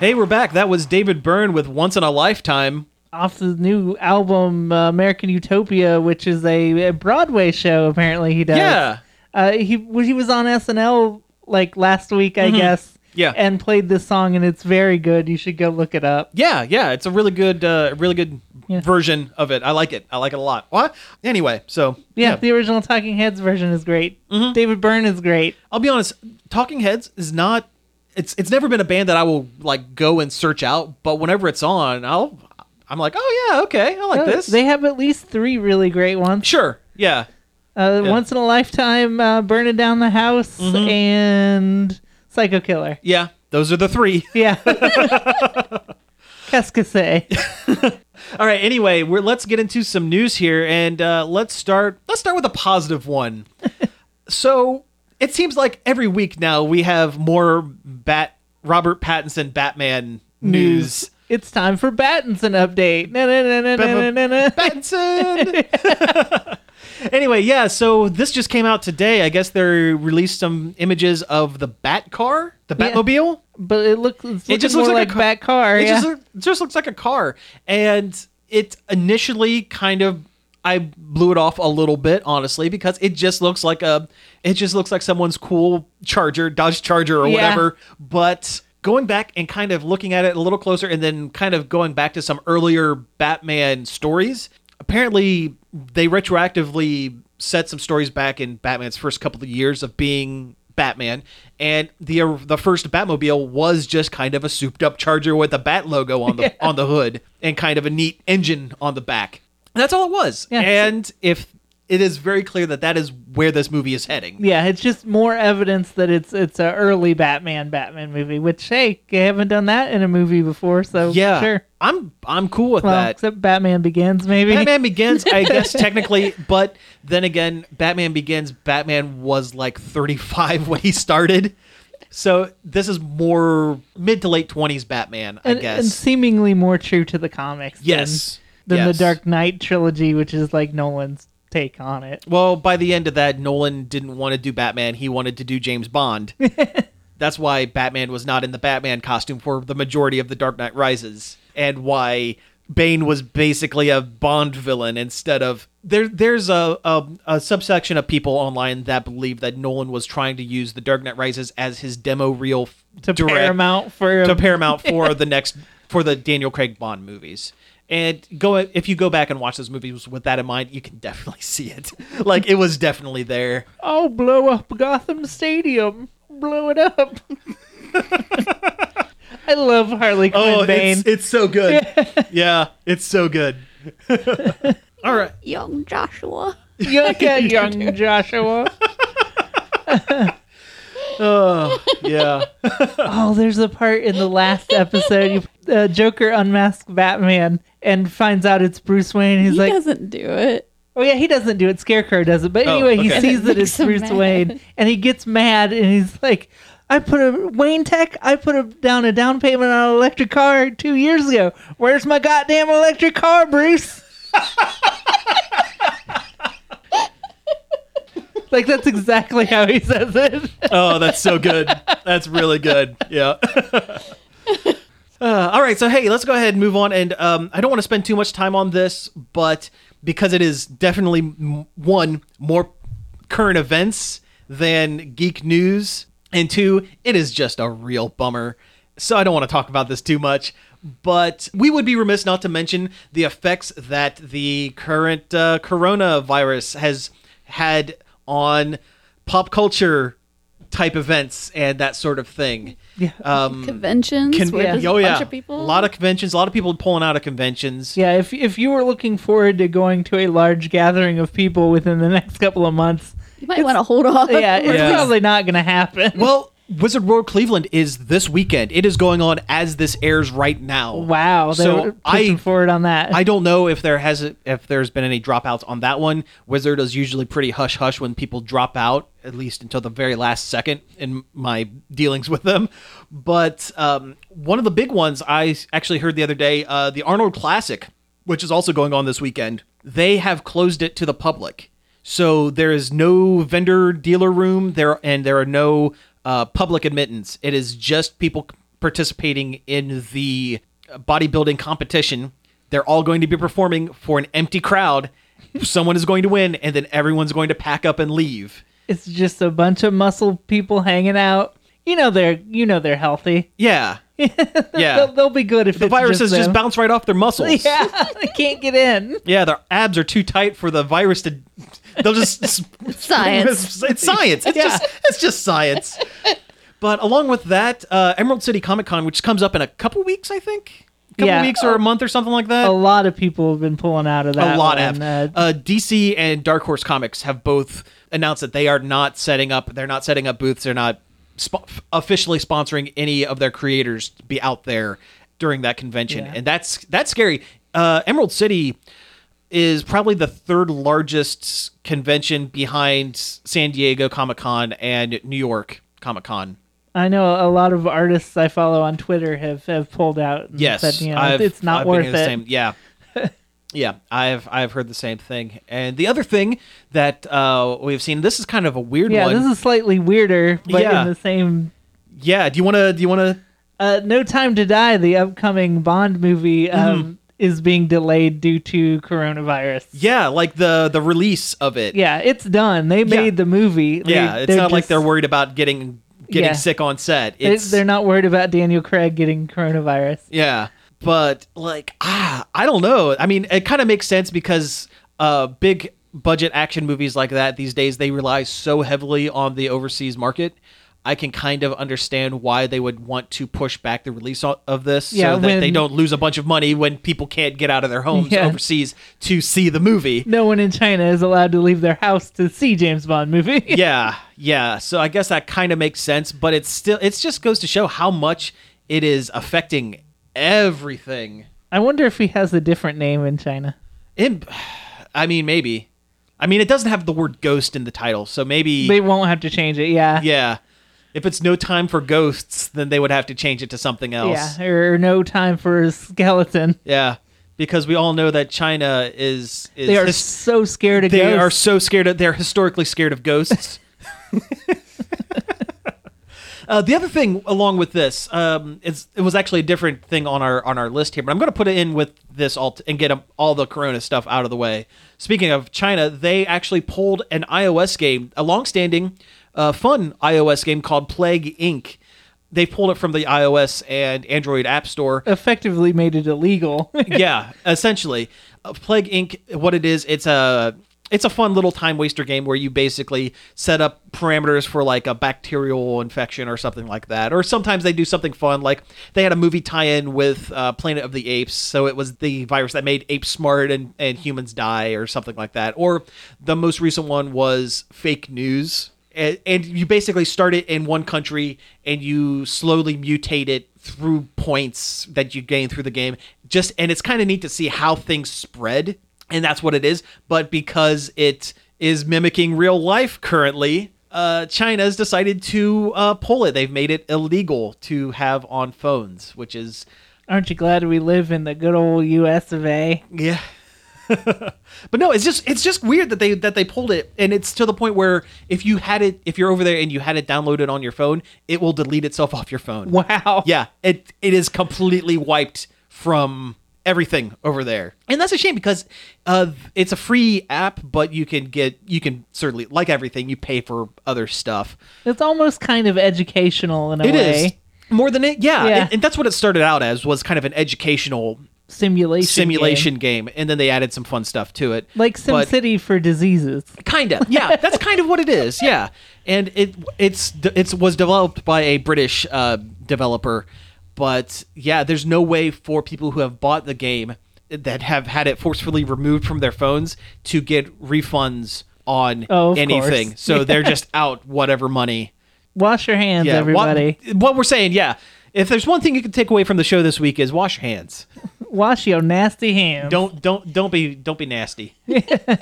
Speaker 3: Hey, we're back. That was David Byrne with Once in a Lifetime.
Speaker 2: off the new album uh, American Utopia, which is a, a Broadway show. Apparently, he does.
Speaker 3: Yeah.
Speaker 2: Uh, he well, he was on SNL like last week, I guess.
Speaker 3: Mm-hmm. Yeah.
Speaker 2: And played this song, and it's very good. You should go look it up.
Speaker 3: Yeah, yeah, it's a really good, uh, really good
Speaker 2: Yeah.
Speaker 3: version of it. I like it. I like it a lot. What? Anyway, so
Speaker 2: Yeah, the original Talking Heads version is great.
Speaker 3: Mm-hmm.
Speaker 2: David Byrne is great.
Speaker 3: I'll be honest. Talking Heads is not. It's it's never been a band that I will like go and search out. But whenever it's on, I'll I'm like, oh yeah, okay, I like
Speaker 2: Uh,
Speaker 3: this.
Speaker 2: They have at least three really great ones.
Speaker 3: sure, yeah,
Speaker 2: Uh,
Speaker 3: Yeah. Mm-hmm.
Speaker 2: Once in a Lifetime, uh, Burning Down the House, and Psycho Killer.
Speaker 3: yeah. Those are the three. *laughs*
Speaker 2: Yeah. Qu'est-ce que c'est?
Speaker 3: All right. Anyway, we're let's get into some news here, and uh, let's start. Let's start with a positive one. so it seems like every week now we have more Bat Robert Pattinson Batman news.
Speaker 2: It's time for Battinson update. Na, na, na, na, na, na, na.
Speaker 3: *laughs* Benson. *laughs* anyway, yeah. So this just came out today. I guess they released some images of the Bat Car, the
Speaker 2: Yeah.
Speaker 3: Batmobile.
Speaker 2: But it looks it's
Speaker 3: It just looks
Speaker 2: looking more
Speaker 3: like a
Speaker 2: like,
Speaker 3: car-
Speaker 2: Bat Car.
Speaker 3: It
Speaker 2: yeah.
Speaker 3: just, look- just looks like a car, and it initially kind of I blew it off a little bit, honestly, because it just looks like a it just looks like someone's cool Charger, Dodge Charger, or
Speaker 2: Yeah.
Speaker 3: whatever. But going back and kind of looking at it a little closer, and then kind of going back to some earlier Batman stories, apparently they retroactively set some stories back in Batman's first couple of years of being Batman, and the uh, the first Batmobile was just kind of a souped up Charger with a Bat logo
Speaker 2: *laughs*
Speaker 3: on the on the hood and kind of a neat engine on the back. That's all it was.
Speaker 2: Yeah.
Speaker 3: And if it is very clear that that is where this movie is heading.
Speaker 2: yeah, it's just more evidence that it's it's an early Batman Batman movie, which hey, they haven't done that in a movie before, so
Speaker 3: Yeah,
Speaker 2: sure.
Speaker 3: I'm I'm cool with
Speaker 2: Well,
Speaker 3: that.
Speaker 2: except Batman Begins, maybe.
Speaker 3: Batman Begins, I
Speaker 2: *laughs*
Speaker 3: guess technically, but then again, Batman Begins, Batman was like 35 when he started. So this is more mid to late 20s Batman, I
Speaker 2: and,
Speaker 3: guess.
Speaker 2: and seemingly more true to the comics.
Speaker 3: yes.
Speaker 2: Than, than
Speaker 3: Yes.
Speaker 2: the Dark Knight trilogy, which is like Nolan's take on it.
Speaker 3: Well, by the end of that, Nolan didn't want to do Batman. He wanted to do James
Speaker 2: *laughs*
Speaker 3: Bond. That's why Batman was not in the Batman costume for the majority of The Dark Knight Rises, and why Bane was basically a Bond villain instead of there. There's a, a a subsection of people online that believe that Nolan was trying to use The Dark Knight Rises as his demo reel f-
Speaker 2: To
Speaker 3: direct-
Speaker 2: Paramount for
Speaker 3: to Paramount for the next for the Daniel Craig Bond movies. And go if you go back and watch those movies with that in mind, you can definitely see it. *laughs* Like it was definitely there.
Speaker 2: Oh, blow up Gotham Stadium. Blow it up. *laughs* I love Harley Quinn Bane.
Speaker 3: Oh, it's, it's so good. *laughs* yeah, it's so good. *laughs* All right.
Speaker 4: Young Joshua.
Speaker 2: young,
Speaker 3: *laughs*
Speaker 2: yeah, young Joshua.
Speaker 3: Yeah.
Speaker 2: Oh, there's a part in
Speaker 3: *laughs*
Speaker 2: the last episode. You, uh, Joker unmasks Batman and finds out it's Bruce Wayne. He's
Speaker 4: he
Speaker 2: like,
Speaker 4: doesn't do it.
Speaker 2: Oh yeah, he doesn't do it. Scarecrow does it. But anyway,
Speaker 3: Oh, okay.
Speaker 2: he sees that
Speaker 4: Makes
Speaker 2: it's
Speaker 4: him
Speaker 2: Bruce
Speaker 4: mad.
Speaker 2: Wayne, and he gets mad, and he's like, "I put a Wayne Tech. I put a, down a down payment on an electric car two years ago. Where's my goddamn electric car, Bruce?" *laughs* like that's exactly how he says it. *laughs*
Speaker 3: Oh, that's so good. That's really good. Yeah. Uh, all right, so hey, let's go ahead and move on. And um, I don't want to spend too much time on this, but because it is definitely m- one more current events than geek news, and two, it is just a real bummer. So I don't want to talk about this too much, but we would be remiss not to mention the effects that the current uh, coronavirus has had on pop culture type events and that sort of thing. Yeah. Um,
Speaker 4: Conventions.
Speaker 3: Con-
Speaker 4: where there's
Speaker 3: oh
Speaker 4: a
Speaker 3: yeah,
Speaker 4: bunch of
Speaker 3: a
Speaker 4: people.
Speaker 3: lot of conventions, a lot of people pulling out of conventions.
Speaker 2: Yeah, if if you were looking forward to going to a large gathering of people within the next couple of months,
Speaker 4: you might want to hold off. *laughs*
Speaker 2: yeah,
Speaker 3: *laughs*
Speaker 2: it's
Speaker 3: Yeah.
Speaker 2: probably not going to happen.
Speaker 3: Well, Wizard World Cleveland is this weekend. It is going on as this airs right now.
Speaker 2: *laughs* Wow, they
Speaker 3: So
Speaker 2: were pushing
Speaker 3: I
Speaker 2: forward on that.
Speaker 3: I don't know if there has if there's been any dropouts on that one. Wizard is usually pretty hush hush when people drop out, at least until the very last second in my dealings with them. But um, one of the big ones I actually heard the other day, uh, the Arnold Classic, which is also going on this weekend. They have closed it to the public, so there is no vendor dealer room there, and there are no uh, public admittance. It is just people participating in the bodybuilding competition. They're all going to be performing for an empty crowd. Someone is going to win, and then everyone's going to pack up and leave.
Speaker 2: It's just a bunch of muscle people hanging out. You know they're you know they're healthy.
Speaker 3: Yeah.
Speaker 2: *laughs* They'll,
Speaker 3: Yeah.
Speaker 2: they'll be good if
Speaker 3: The
Speaker 2: it's
Speaker 3: viruses just
Speaker 2: them.
Speaker 3: bounce right off their muscles.
Speaker 2: *laughs* Yeah, they can't get in.
Speaker 3: Yeah, their abs are too tight for the virus to. They'll just. *laughs*
Speaker 4: Science.
Speaker 3: It's, it's science. It's just it's just science. But along with that, uh, Emerald City Comic Con, which comes up in a couple weeks, I think, a couple
Speaker 2: Yeah.
Speaker 3: weeks or a month or something like that.
Speaker 2: A lot of people have been pulling out of that.
Speaker 3: a lot
Speaker 2: one.
Speaker 3: of
Speaker 2: Uh,
Speaker 3: uh, DC and Dark Horse Comics have both announced that they are not setting up. They're not setting up booths. They're not sp- officially sponsoring any of their creators to be out there during that convention,
Speaker 2: Yeah.
Speaker 3: and that's that's scary. Uh, Emerald City is probably the third largest convention behind San Diego Comic Con and New York Comic Con.
Speaker 2: I know a lot of artists I follow on Twitter have, have pulled out. And
Speaker 3: Yes,
Speaker 2: said, you know,
Speaker 3: I've-
Speaker 2: it's not
Speaker 3: I've been
Speaker 2: worth
Speaker 3: hearing
Speaker 2: it.
Speaker 3: the same- yeah, *laughs* yeah, I've I've heard the same thing. And the other thing that uh, we've seen, this is kind of a weird
Speaker 2: Yeah,
Speaker 3: one.
Speaker 2: this is slightly weirder, but
Speaker 3: Yeah.
Speaker 2: in the same.
Speaker 3: yeah, do you want to? Do you want to?
Speaker 2: Uh, no Time to Die, the upcoming Bond
Speaker 3: Mm-hmm.
Speaker 2: movie, um, is being delayed due to coronavirus.
Speaker 3: Yeah, like the the release of it.
Speaker 2: Yeah, it's done. They made the movie. They-
Speaker 3: yeah. It's not like
Speaker 2: just-
Speaker 3: they're worried about getting getting
Speaker 2: Yeah.
Speaker 3: sick on set.
Speaker 2: they-
Speaker 3: It's
Speaker 2: They're not worried about Daniel Craig getting coronavirus.
Speaker 3: Yeah. But like ah, I don't know. I mean, it kind of makes sense because uh big budget action movies like that these days they rely so heavily on the overseas market. I can kind of understand why they would want to push back the release o- of this
Speaker 2: Yeah,
Speaker 3: so that they
Speaker 2: when-
Speaker 3: don't lose a bunch of money when people can't get out of their homes
Speaker 2: Yeah.
Speaker 3: overseas to see the movie.
Speaker 2: No one in China is allowed to leave their house to see James Bond movie. *laughs*
Speaker 3: yeah, yeah. So I guess that kind of makes sense, but it's still it just goes to show how much it is affecting everything.
Speaker 2: I wonder if he has a different name in China.
Speaker 3: It, I mean, maybe. I mean, it doesn't have the word ghost in the title, so maybe.
Speaker 2: They won't have to change it. Yeah.
Speaker 3: yeah. If it's no time for ghosts, then they would have to change it to something else.
Speaker 2: Yeah, or no time for a skeleton.
Speaker 3: Yeah, because we all know that China is. is
Speaker 2: They are
Speaker 3: his-
Speaker 2: so scared of
Speaker 3: they
Speaker 2: ghosts.
Speaker 3: are so scared of. They're historically scared of ghosts. Uh, the other thing, along with this, um, is it was actually a different thing on our on our list here, but I'm going to put it in with this all t- and get um, all the Corona stuff out of the way. Speaking of China, they actually pulled an iOS game, a longstanding, uh, fun iOS game called Plague Inc. They pulled it from the iOS and Android App Store
Speaker 2: effectively made it illegal. *laughs*
Speaker 3: *laughs* yeah, essentially, uh, Plague Inc. What it is, it's a it's a fun little time waster game where you basically set up parameters for like a bacterial infection or something like that. Or sometimes they do something fun, like they had a movie tie-in with uh, Planet of the Apes, so it was the virus that made apes smart and and humans die, or something like that. Or the most recent one was fake news. And, and you basically start it in one country and you slowly mutate it through points that you gain through the game just and it's kind of neat to see how things spread and that's what it is but because it is mimicking real life currently uh, china's decided to uh, pull it they've made it illegal to have on phones which is
Speaker 2: Aren't you glad we live in the good old U.S. of A?
Speaker 3: yeah. *laughs* but no, it's just it's just weird that they that they pulled it and it's to the point where if you had it if you're over there and you had it downloaded on your phone, it will delete itself off your phone.
Speaker 2: Wow.
Speaker 3: Yeah, it it is completely wiped from everything over there. And that's a shame because uh it's a free app, but you can get you can certainly like everything, you pay for other stuff.
Speaker 2: It's almost kind of educational in a
Speaker 3: It is
Speaker 2: way.
Speaker 3: more than it yeah,
Speaker 2: Yeah.
Speaker 3: And, and that's what it started out as was kind of an educational
Speaker 2: Simulation.
Speaker 3: simulation
Speaker 2: game.
Speaker 3: game. and then they added some fun stuff to it.
Speaker 2: Like
Speaker 3: But-
Speaker 2: SimCity for diseases.
Speaker 3: kind of yeah that's kind of what it is yeah and it it's it's was developed by a british uh, developer but yeah there's no way for people who have bought the game eh, that have had it forcefully removed from their phones to get refunds on
Speaker 2: Oh, of
Speaker 3: anything
Speaker 2: course.
Speaker 3: so they're just out whatever money
Speaker 2: Wash your hands,
Speaker 3: yeah what-
Speaker 2: everybody.
Speaker 3: What, we're saying yeah if there's one thing you can take away from the show this week is wash your hands
Speaker 2: Wash your nasty hands.
Speaker 3: don't don't don't be don't be nasty *laughs* all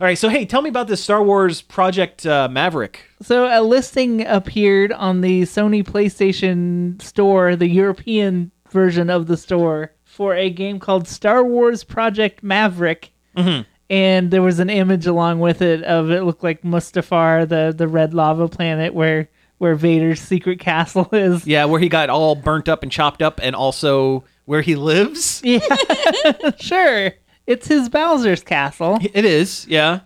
Speaker 3: right so hey tell me about this star wars project uh, maverick
Speaker 2: So a listing appeared on the Sony PlayStation store, the European version of the store, for a game called Star Wars Project Maverick. And there was an image along with it of it looked like Mustafar, the the red lava planet where where Vader's secret castle *laughs* is.
Speaker 3: Yeah, where he got all burnt up and chopped up, and also where he lives.
Speaker 2: Sure, it's his Bowser's castle.
Speaker 3: It is, yeah.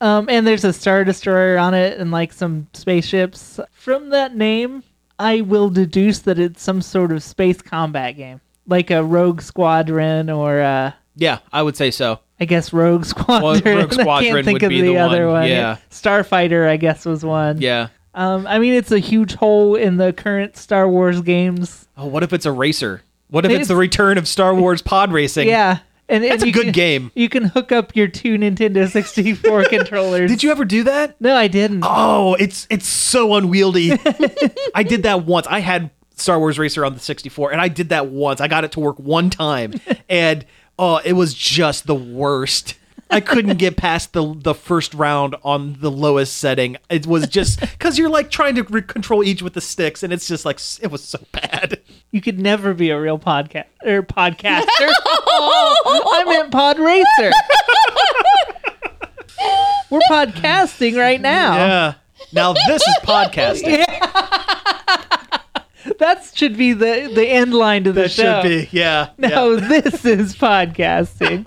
Speaker 2: Um, and there's a star destroyer on it and like some spaceships. From that name, I will deduce that it's some sort of space combat game, like a Rogue Squadron or uh,
Speaker 3: Yeah, I would say so.
Speaker 2: I guess Rogue *laughs* Squadron.
Speaker 3: Rogue
Speaker 2: I
Speaker 3: Squadron
Speaker 2: can't think
Speaker 3: would
Speaker 2: of
Speaker 3: be
Speaker 2: the,
Speaker 3: the
Speaker 2: other
Speaker 3: one,
Speaker 2: one.
Speaker 3: yeah.
Speaker 2: Starfighter, I guess, was one.
Speaker 3: Yeah.
Speaker 2: Um, I mean, it's a huge hole in the current Star Wars games.
Speaker 3: Oh, what if it's a racer? What if it's,
Speaker 2: It's-
Speaker 3: the return of Star Wars pod racing?
Speaker 2: Yeah. And, and
Speaker 3: Um, That's a
Speaker 2: you
Speaker 3: good
Speaker 2: can-
Speaker 3: game.
Speaker 2: You can hook up your two Nintendo
Speaker 3: *laughs*
Speaker 2: 64 controllers.
Speaker 3: Did you ever do that?
Speaker 2: No, I didn't.
Speaker 3: Oh, it's it's so unwieldy. I did that once. I had Star Wars Racer on the 64 and I did that once. I got it to work one *laughs* time and oh, it was just the worst. I couldn't get past the the first round on the lowest setting. It was just cuz you're like trying to re- control each with the sticks and it's just like s- it was so bad.
Speaker 2: You could never be a real podcast or podcaster.
Speaker 3: *laughs*
Speaker 2: *laughs* I meant pod racer. *laughs* We're podcasting right now.
Speaker 3: Yeah. Now this is podcasting.
Speaker 2: *laughs* That should be the the end line to
Speaker 3: *laughs*
Speaker 2: the
Speaker 3: It
Speaker 2: show.
Speaker 3: should be. Yeah. yeah.
Speaker 2: *laughs* No, *laughs* this
Speaker 3: *laughs*
Speaker 2: is podcasting.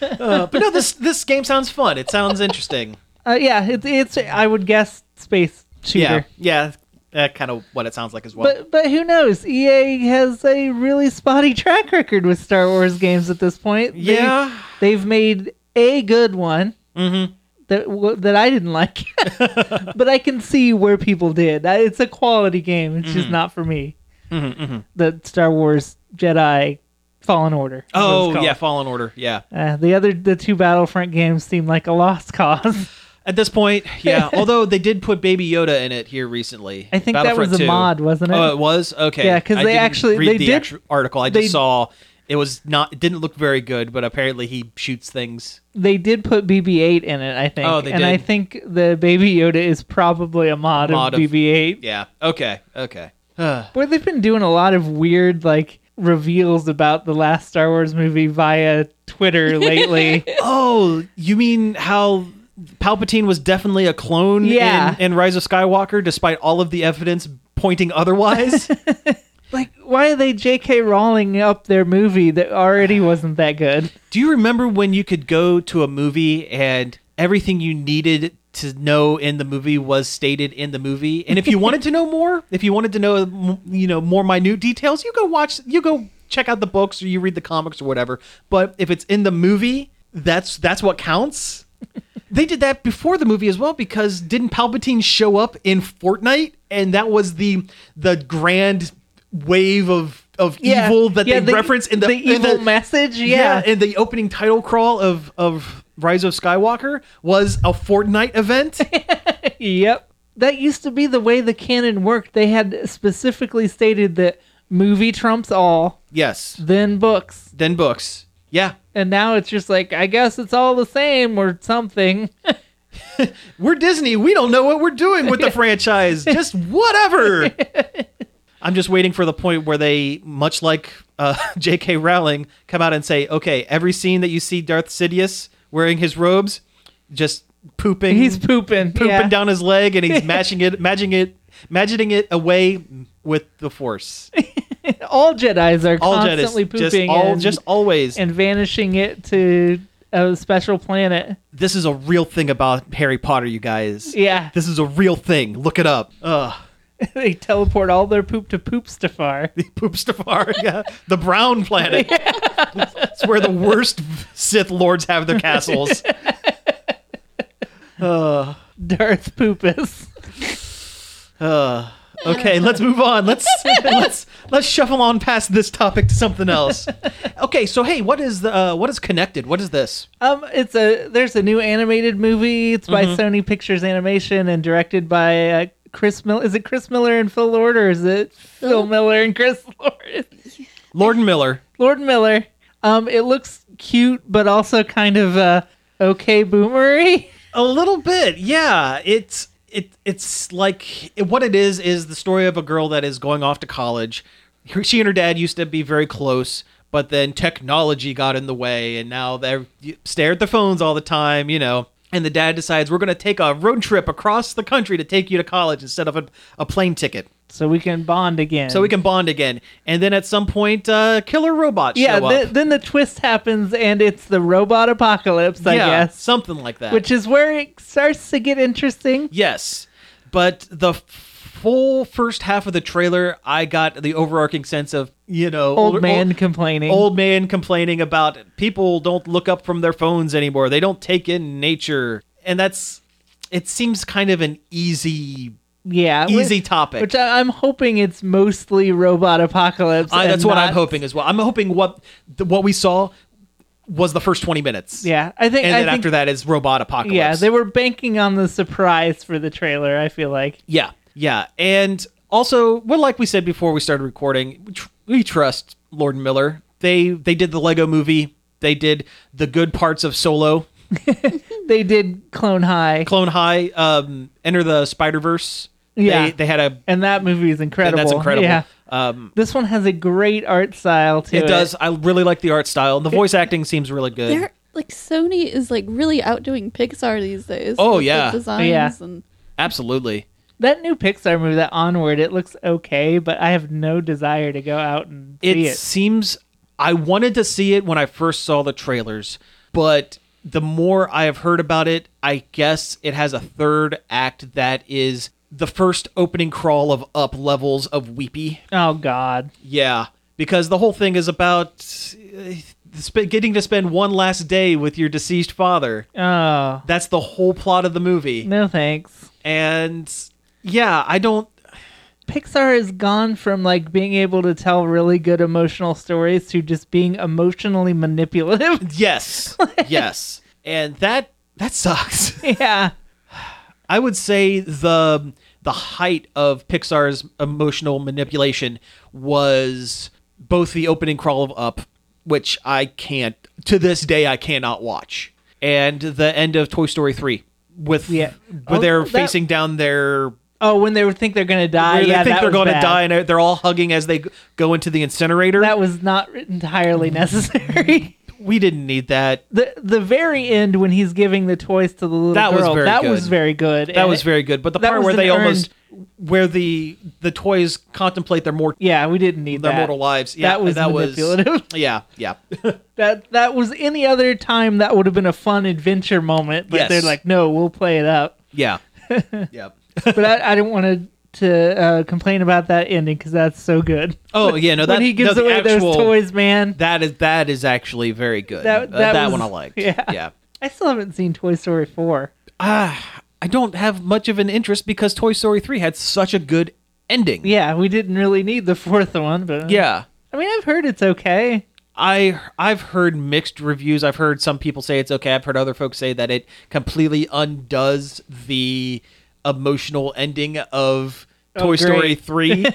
Speaker 3: But no, this this game sounds fun. It sounds interesting.
Speaker 2: Uh, yeah, it's it's. I would guess space shooter.
Speaker 3: yeah. Yeah. That kind of what it sounds like as well.
Speaker 2: But but who knows? EA has a really spotty track record with Star Wars games at this point. They-
Speaker 3: Yeah.
Speaker 2: they've made a good one
Speaker 3: Mm-hmm.
Speaker 2: that w- that I didn't like, *laughs* but I can see where people did. I- It's a quality game. It's
Speaker 3: Mm-hmm.
Speaker 2: just not for me. The Star Wars Jedi Fallen Order. is what it's
Speaker 3: Oh
Speaker 2: called.
Speaker 3: yeah, Fallen Order. Yeah.
Speaker 2: Uh, the other the two Battlefront games seem like a lost *laughs* cause.
Speaker 3: At this point, *laughs* yeah. Although they did put Baby Yoda in it here recently.
Speaker 2: I think that was
Speaker 3: Battlefront
Speaker 2: a
Speaker 3: 2.
Speaker 2: mod, wasn't it?
Speaker 3: Oh, it was okay.
Speaker 2: Yeah, 'cause
Speaker 3: I
Speaker 2: they
Speaker 3: didn't
Speaker 2: actually-
Speaker 3: read
Speaker 2: they
Speaker 3: the
Speaker 2: did-
Speaker 3: actual article. I just
Speaker 2: they-
Speaker 3: saw it was not. It didn't look very good, but apparently he shoots things.
Speaker 2: they did put BB-8 in it, I think.
Speaker 3: Oh, they
Speaker 2: and
Speaker 3: did.
Speaker 2: I think the Baby Yoda is probably a mod,
Speaker 3: Mod
Speaker 2: of
Speaker 3: of-
Speaker 2: BB-8.
Speaker 3: Yeah. Okay. Okay. *sighs*
Speaker 2: Boy, they've been doing a lot of weird like reveals about the last Star Wars movie via Twitter lately.
Speaker 3: Oh, you mean how Palpatine was definitely a clone
Speaker 2: Yeah.
Speaker 3: in, in Rise of Skywalker, despite all of the evidence pointing
Speaker 2: *laughs*
Speaker 3: otherwise?
Speaker 2: like, why are they J.K. Rowling up their movie that already wasn't that good?
Speaker 3: Do you remember when you could go to a movie and everything you needed to know in the movie was stated in the movie? And if
Speaker 2: *laughs*
Speaker 3: you wanted to know more, if you wanted to know, m- you know, more minute details, you go watch, you go check out the books or you read the comics or whatever. But if it's in the movie, that's that's what
Speaker 2: *laughs*
Speaker 3: counts. They did that before the movie as well because didn't Palpatine show up in Fortnite and that was the the grand wave of of evil that
Speaker 2: Yeah, e-,
Speaker 3: they reference in the, in
Speaker 2: evil message. Yeah.
Speaker 3: and the opening title crawl of of Rise of Skywalker was a Fortnite event.
Speaker 2: Yep. That used to be the way the canon worked. They had specifically stated that movie trumps all,
Speaker 3: *laughs* yes.
Speaker 2: then books.
Speaker 3: Then books. Yeah.
Speaker 2: And now it's just like, I guess it's all the same or something. *laughs*
Speaker 3: We're Disney. We don't know what we're doing with *laughs* the franchise. Just whatever. *laughs* I'm just waiting for the point where they, much like uh, *laughs* J.K. Rowling, come out and say, okay, every scene that you see Darth Sidious wearing his robes, just pooping.
Speaker 2: He's pooping.
Speaker 3: pooping
Speaker 2: yeah.
Speaker 3: down his leg and *laughs* he's matching it, matching it, imagining it away with the force.
Speaker 2: All Jedi's are
Speaker 3: all
Speaker 2: constantly
Speaker 3: Jedis,
Speaker 2: pooping.
Speaker 3: just all,
Speaker 2: and-
Speaker 3: just always.
Speaker 2: and vanishing it to a special planet.
Speaker 3: this is a real thing about Harry Potter, you guys.
Speaker 2: Yeah,
Speaker 3: This is a real thing. Look it up. Ugh,
Speaker 2: *laughs*
Speaker 3: *laughs*
Speaker 2: they teleport all their poop to Poopstafar.
Speaker 3: Poopstafar, yeah, the brown
Speaker 2: *laughs*
Speaker 3: planet. it's where the worst Sith lords have their
Speaker 2: *laughs*
Speaker 3: castles.
Speaker 2: Darth Poopus.
Speaker 3: Ugh. okay, let's move on. Let's let's let's shuffle on past this topic to something
Speaker 2: *laughs*
Speaker 3: else. Okay, so hey, what is the uh, what is connected? What is this?
Speaker 2: Um, it's a there's a new animated movie. It's by
Speaker 3: Mm-hmm.
Speaker 2: Sony Pictures Animation and directed by uh, Chris Miller. Is it Chris Miller and Phil Lord, or is it Phil Miller and Chris *laughs* Lord?
Speaker 3: Lord and Miller.
Speaker 2: Lord Miller. Um, it looks cute, but also kind of uh, okay boomery. *laughs*
Speaker 3: A little bit, yeah. It's it it's like what it is is the story of a girl that is going off to college. Her- She and her dad used to be very close, but then technology got in the way, and now they stare at their phones all the time. You know, and the dad decides we're going to take a road trip across the country to take you to college instead of a, a plane ticket
Speaker 2: so we can bond again.
Speaker 3: so we can bond again and then at some point uh killer robots
Speaker 2: Yeah,
Speaker 3: show up.
Speaker 2: th- then the twist happens, and it's the robot apocalypse, I
Speaker 3: yeah,
Speaker 2: guess,
Speaker 3: something like that
Speaker 2: which is where it starts to get interesting.
Speaker 3: Yes, but the f- full first half of the trailer, I got the overarching sense of you know
Speaker 2: Old
Speaker 3: older-
Speaker 2: man
Speaker 3: old-
Speaker 2: complaining.
Speaker 3: Old man complaining about people don't look up from their phones anymore. They don't take in nature, and that's it. Seems kind of an easy,
Speaker 2: yeah,
Speaker 3: easy
Speaker 2: which,
Speaker 3: topic.
Speaker 2: Which I, I'm hoping it's mostly robot apocalypse.
Speaker 3: I,
Speaker 2: and
Speaker 3: that's what
Speaker 2: not-
Speaker 3: I'm hoping as well. I'm hoping what th- what we saw was the first 20 minutes.
Speaker 2: Yeah, I think.
Speaker 3: and
Speaker 2: I
Speaker 3: then
Speaker 2: think,
Speaker 3: after that is robot apocalypse.
Speaker 2: yeah, they were banking on the surprise for the trailer. I feel like.
Speaker 3: Yeah, yeah, and also, well, like we said before we started recording, we, tr- we trust Lord and Miller. They they did the Lego Movie. They did the good parts of Solo,
Speaker 2: They did Clone High,
Speaker 3: Clone High, um, Enter the Spider Verse.
Speaker 2: Yeah.
Speaker 3: they, they had a
Speaker 2: and that movie is
Speaker 3: and
Speaker 2: incredible.
Speaker 3: that's incredible.
Speaker 2: Yeah,
Speaker 3: Um,
Speaker 2: this one has a great art style to
Speaker 3: it,
Speaker 2: it.
Speaker 3: does. I really like the art style. and The voice acting seems really good.
Speaker 4: They're like Sony is like really outdoing Pixar these days.
Speaker 3: Oh,
Speaker 4: with the
Speaker 3: yeah.
Speaker 4: designs
Speaker 2: Yeah.
Speaker 4: and
Speaker 3: Absolutely.
Speaker 2: That new Pixar movie, that Onward, it looks okay, but I have no desire to go out and
Speaker 3: it,
Speaker 2: see it.
Speaker 3: seems I wanted to see it when I first saw the trailers, but the more I have heard about it, I guess it has a third act that is the first opening crawl of up levels of weepy.
Speaker 2: Oh God,
Speaker 3: Yeah, because the whole thing is about uh, sp- getting to spend one last day with your deceased father.
Speaker 2: oh
Speaker 3: That's the whole plot of the movie.
Speaker 2: no, thanks.
Speaker 3: And yeah, I don't
Speaker 2: Pixar has gone from like being able to tell really good emotional stories to just being emotionally
Speaker 3: *laughs*
Speaker 2: manipulative. *laughs*
Speaker 3: yes. yes. And that that sucks. *laughs*
Speaker 2: yeah,
Speaker 3: I would say the the height of Pixar's emotional manipulation was both the opening crawl of Up, which I can't to this day I cannot watch, and the end of Toy Story three with
Speaker 2: Yeah.
Speaker 3: where they're
Speaker 2: Oh, that-
Speaker 3: facing down their
Speaker 2: Oh, when they think they're gonna die,
Speaker 3: where
Speaker 2: yeah,
Speaker 3: they think
Speaker 2: that
Speaker 3: they're
Speaker 2: was
Speaker 3: going to
Speaker 2: bad.
Speaker 3: die and they're all hugging as they g- go into the incinerator.
Speaker 2: That was not entirely necessary. *laughs*
Speaker 3: we didn't need that.
Speaker 2: the The very end when he's giving the toys to the little
Speaker 3: That was
Speaker 2: girl,
Speaker 3: very
Speaker 2: that
Speaker 3: good.
Speaker 2: was very good.
Speaker 3: That
Speaker 2: and
Speaker 3: was
Speaker 2: it-
Speaker 3: very good, but the
Speaker 2: that
Speaker 3: part
Speaker 2: was
Speaker 3: where
Speaker 2: an
Speaker 3: they almost where the the toys contemplate their mort
Speaker 2: Yeah, we didn't need
Speaker 3: their
Speaker 2: that.
Speaker 3: mortal lives. Yeah,
Speaker 2: that was
Speaker 3: that
Speaker 2: manipulative.
Speaker 3: was *laughs* yeah,
Speaker 2: *laughs*
Speaker 3: yeah.
Speaker 2: that that was any other time that would have been a fun adventure moment but
Speaker 3: Yes.
Speaker 2: they're like no we'll play it
Speaker 3: *laughs*
Speaker 2: up
Speaker 3: Yeah.
Speaker 2: *laughs*
Speaker 3: yeah.
Speaker 2: but i, I didn't want to to uh, complain about that ending because that's so good
Speaker 3: Oh yeah, no. That
Speaker 2: when he gives
Speaker 3: no, the
Speaker 2: away
Speaker 3: actual-
Speaker 2: those toys man
Speaker 3: That is that is actually very good.
Speaker 2: That-
Speaker 3: Uh,
Speaker 2: that was-
Speaker 3: one I liked.
Speaker 2: *laughs* yeah.
Speaker 3: Yeah.
Speaker 2: i still haven't seen toy story 4
Speaker 3: I don't have much of an interest because Toy Story three had such a good ending.
Speaker 2: yeah we didn't really need the fourth one but uh,
Speaker 3: Yeah.
Speaker 2: i mean i've heard it's okay
Speaker 3: I I've heard mixed reviews. I've heard some people say it's okay. I've heard other folks say that it completely undoes the emotional ending of Toy Story
Speaker 2: great.
Speaker 3: three,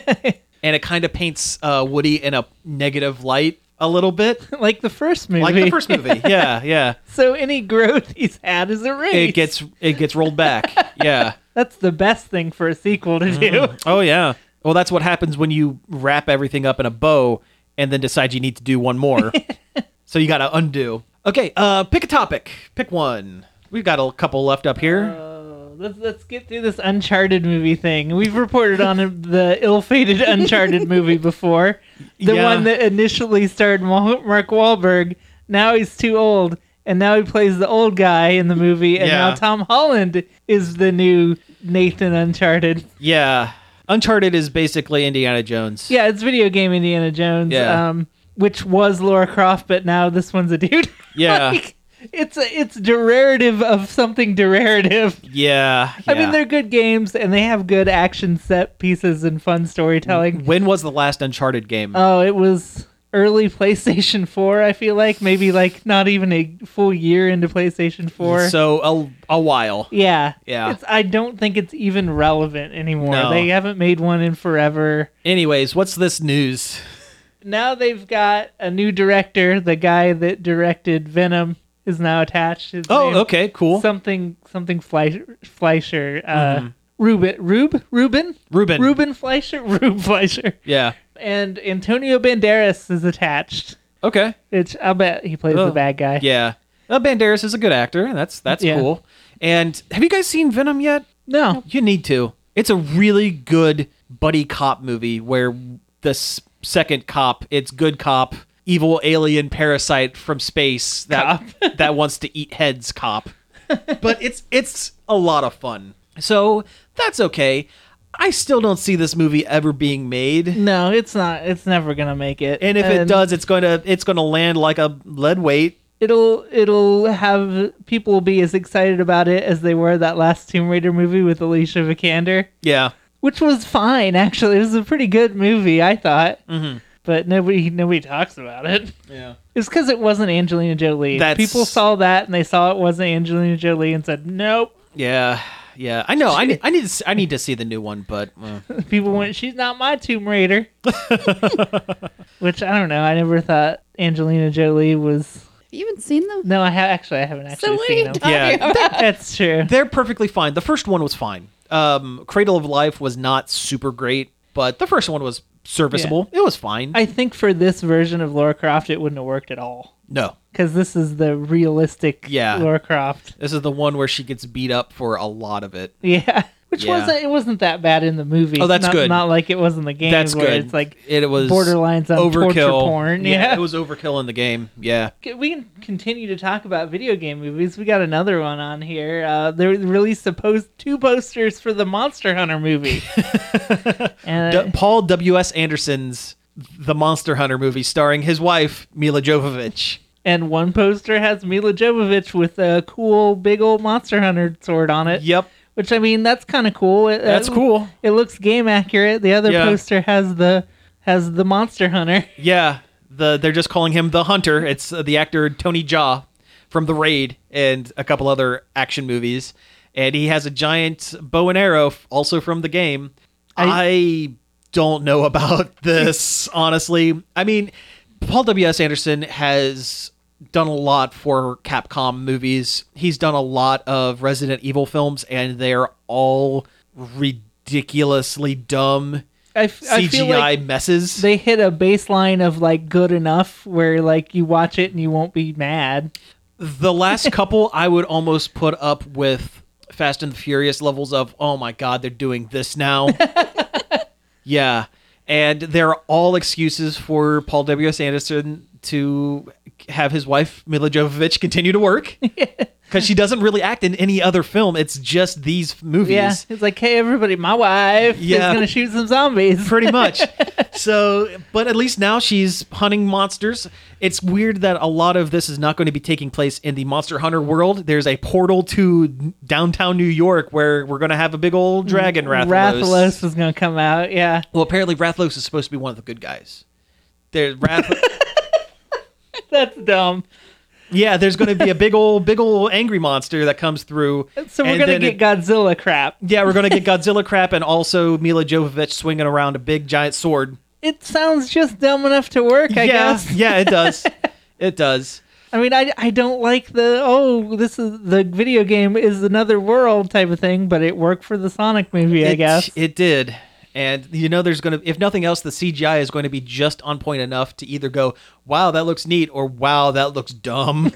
Speaker 3: and it kind of paints uh, Woody in a negative light a little bit,
Speaker 2: like the first movie
Speaker 3: like the first movie. Yeah, yeah.
Speaker 2: *laughs* so any growth he's had is erased
Speaker 3: it gets it gets rolled back. Yeah.
Speaker 2: that's the best thing for a sequel to do
Speaker 3: Oh yeah. Well, that's what happens when you wrap everything up in a bow and then decide you need to do one more.
Speaker 2: *laughs*
Speaker 3: so you got to undo. Okay, uh pick a topic. Pick one. We've got a couple left up
Speaker 2: Uh.
Speaker 3: here.
Speaker 2: Let's, let's get through this Uncharted movie thing. We've reported on the ill-fated Uncharted movie before, the
Speaker 3: Yeah.
Speaker 2: one that initially starred Mo- Mark Wahlberg. Now he's too old, and now he plays the old guy in the movie. And
Speaker 3: Yeah.
Speaker 2: now Tom Holland is the new Nathan Uncharted.
Speaker 3: yeah. Uncharted is basically Indiana Jones.
Speaker 2: Yeah, it's video game Indiana Jones.
Speaker 3: Yeah.
Speaker 2: Um, which was Laura Croft, but now this one's a dude. *laughs*
Speaker 3: Yeah.
Speaker 2: Like, it's a, it's derivative of something derivative.
Speaker 3: Yeah.
Speaker 2: I mean,
Speaker 3: yeah.
Speaker 2: they're good games and they have good action set pieces and fun storytelling.
Speaker 3: When was the last Uncharted game?
Speaker 2: Oh, it was early *laughs* PlayStation 4, I feel like. Maybe like not even a full year into PlayStation 4.
Speaker 3: so a, a while.
Speaker 2: yeah.
Speaker 3: Yeah.
Speaker 2: It's, I don't think it's even relevant anymore.
Speaker 3: No.
Speaker 2: They haven't made one in forever.
Speaker 3: Anyways, what's this news?
Speaker 2: Now they've got a new director. The guy that directed Venom is now attached. His name-
Speaker 3: Oh, okay, Mm-hmm. cool.
Speaker 2: Something, something Fleischer. Fleischer uh, Ruben, Rube, Ruben,
Speaker 3: Ruben.
Speaker 2: Ruben Fleischer, *laughs* Rube Fleischer,
Speaker 3: Yeah.
Speaker 2: and Antonio Banderas is attached.
Speaker 3: Okay.
Speaker 2: Which I bet he plays
Speaker 3: Oh.
Speaker 2: the bad guy.
Speaker 3: Yeah. uh, Banderas is a good actor. and That's that's
Speaker 2: Yeah.
Speaker 3: cool. And have you guys seen Venom yet?
Speaker 2: No.
Speaker 3: You need to. It's a really good buddy cop movie where the s- second cop, it's good cop, evil alien parasite from space that *laughs* that wants to eat heads cop. But it's it's a lot of fun. So that's okay. I still don't see this movie ever being made.
Speaker 2: No, it's not. It's never gonna make it.
Speaker 3: And if it does, it's going to it's going to land like a lead weight.
Speaker 2: it'll it'll have people will be as excited about it as they were that last Tomb Raider movie with Alicia Vikander,
Speaker 3: Yeah.
Speaker 2: which was fine actually. It was a pretty good movie, I thought. Mm-hmm. But nobody nobody talks about it. *laughs*
Speaker 3: Yeah.
Speaker 2: It's because it wasn't Angelina Jolie.
Speaker 3: That's-
Speaker 2: People saw that and they saw it wasn't Angelina Jolie and said nope.
Speaker 3: Yeah. Yeah. I know. I need I need to, s- I need to see the new one, but uh.
Speaker 2: People went, she's not my Tomb
Speaker 3: *laughs*
Speaker 2: Raider. which I don't know. I never thought Angelina Jolie was.
Speaker 4: Have you even seen them?
Speaker 2: No, I have actually. I haven't
Speaker 4: So
Speaker 2: actually
Speaker 4: what are
Speaker 2: seen
Speaker 4: you
Speaker 2: them.
Speaker 4: talking
Speaker 3: Yeah.
Speaker 4: about?
Speaker 2: That's true.
Speaker 3: they're perfectly fine. The first one was fine. Um, Cradle of Life was not super great, but the first one was serviceable. It was fine.
Speaker 2: I think for this version of Laura Croft, it wouldn't have worked at all
Speaker 3: no,
Speaker 2: because this is the realistic
Speaker 3: Yeah.
Speaker 2: Laura Croft. *laughs*
Speaker 3: this is the one where she gets beat up for a lot of it.
Speaker 2: Yeah, which
Speaker 3: Yeah.
Speaker 2: wasn't it wasn't that bad in the movie.
Speaker 3: Oh, that's
Speaker 2: not,
Speaker 3: good.
Speaker 2: Not like it was in the game.
Speaker 3: That's
Speaker 2: where
Speaker 3: good.
Speaker 2: It's like
Speaker 3: it was
Speaker 2: borderlines on
Speaker 3: overkill.
Speaker 2: torture porn. Yeah,
Speaker 3: it was overkill in the game. Yeah,
Speaker 2: C- we can continue to talk about video game movies. We got another one on here. Uh, they released a post two posters for the Monster
Speaker 3: *laughs*
Speaker 2: Hunter movie. and
Speaker 3: D- Paul W. S. Anderson's the Monster Hunter movie starring his wife Mila Jovovich.
Speaker 2: and one poster has Mila Jovovich with a cool big old Monster Hunter sword on it.
Speaker 3: Yep,
Speaker 2: Which I mean, that's kind of cool. It,
Speaker 3: that's
Speaker 2: it-
Speaker 3: cool.
Speaker 2: It looks game accurate. The other
Speaker 3: Yeah.
Speaker 2: poster has the has the Monster Hunter. *laughs*
Speaker 3: Yeah, the they're just calling him the Hunter. It's uh, the actor Tony Jaa from The Raid and a couple other action movies, and he has a giant bow and arrow, f- also from the game. I, don't know *laughs* about this honestly. I mean, Paul W S Anderson has done a lot for Capcom movies. He's done a lot of Resident Evil films, and they're all ridiculously dumb
Speaker 2: I, f- I feel
Speaker 3: CGI
Speaker 2: like
Speaker 3: messes.
Speaker 2: they hit a baseline of like good enough where like you watch it and you won't be mad.
Speaker 3: the last couple I would almost put up with Fast and the Furious levels of oh my god they're doing this now. yeah. And they're all excuses for Paul W.S. Anderson to have his wife Mila Jovovich continue to work cuz she doesn't really act in any other film. It's just these movies.
Speaker 2: Yeah, it's like, hey, everybody, my wife
Speaker 3: Yeah.
Speaker 2: is gonna shoot some zombies.
Speaker 3: pretty much. so, but at least now she's hunting monsters. It's weird that a lot of this is not going to be taking place in the Monster Hunter world. There's a portal to downtown New York where we're going to have a big old dragon Rathalos.
Speaker 2: Mm, Rathalos is gonna come out. Yeah, *laughs*
Speaker 3: Well, apparently Rathalos is supposed to be one of the good guys. There, Rath-
Speaker 2: that's dumb.
Speaker 3: *laughs* yeah, there's going to be a big old, big old angry monster that comes through.
Speaker 2: So we're
Speaker 3: and
Speaker 2: gonna
Speaker 3: then
Speaker 2: get
Speaker 3: it-
Speaker 2: Godzilla crap.
Speaker 3: yeah, we're going
Speaker 2: *laughs*
Speaker 3: to get Godzilla crap and also Mila Jovovich swinging around a big giant sword.
Speaker 2: It sounds just dumb enough to work, I
Speaker 3: yeah,
Speaker 2: guess.
Speaker 3: yeah, it
Speaker 2: *laughs*
Speaker 3: does. It does.
Speaker 2: I mean, I, I don't like the oh this is the video game is another world type of thing, but it worked for the Sonic movie, I
Speaker 3: it,
Speaker 2: guess.
Speaker 3: it did. And you know, there's gonna, if nothing else, the CGI is going to be just on point enough to either go, "Wow, that looks neat," or "Wow, that looks
Speaker 2: *laughs*
Speaker 3: dumb."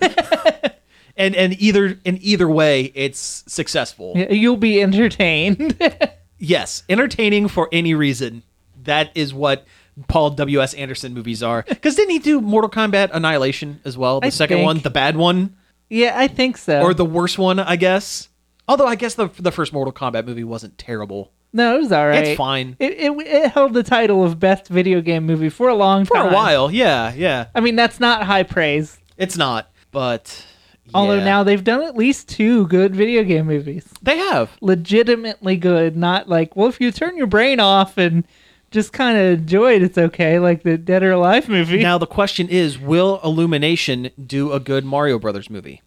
Speaker 3: and and either in either way, it's successful.
Speaker 2: Yeah, You'll be entertained. *laughs*
Speaker 3: Yes, entertaining for any reason. That is what Paul W. S. Anderson movies are. Because didn't he do Mortal Kombat Annihilation as well? The
Speaker 2: I
Speaker 3: second
Speaker 2: think-
Speaker 3: one, the bad one,
Speaker 2: yeah, I think so.
Speaker 3: or the worst one, I guess. Although I guess the the first Mortal Kombat movie wasn't terrible.
Speaker 2: no, it was all right.
Speaker 3: It's fine
Speaker 2: It, it it held the title of best video game movie for a long
Speaker 3: for
Speaker 2: time.
Speaker 3: a while. Yeah, yeah.
Speaker 2: I mean, that's not high praise.
Speaker 3: It's not, but
Speaker 2: Although
Speaker 3: yeah.
Speaker 2: now they've done at least two good video game movies.
Speaker 3: they have.
Speaker 2: legitimately good, not like, well, if you turn your brain off and just kind of enjoy it, it's okay, like the Dead or Alive movie.
Speaker 3: Now the question is, will Illumination do a good Mario Brothers movie?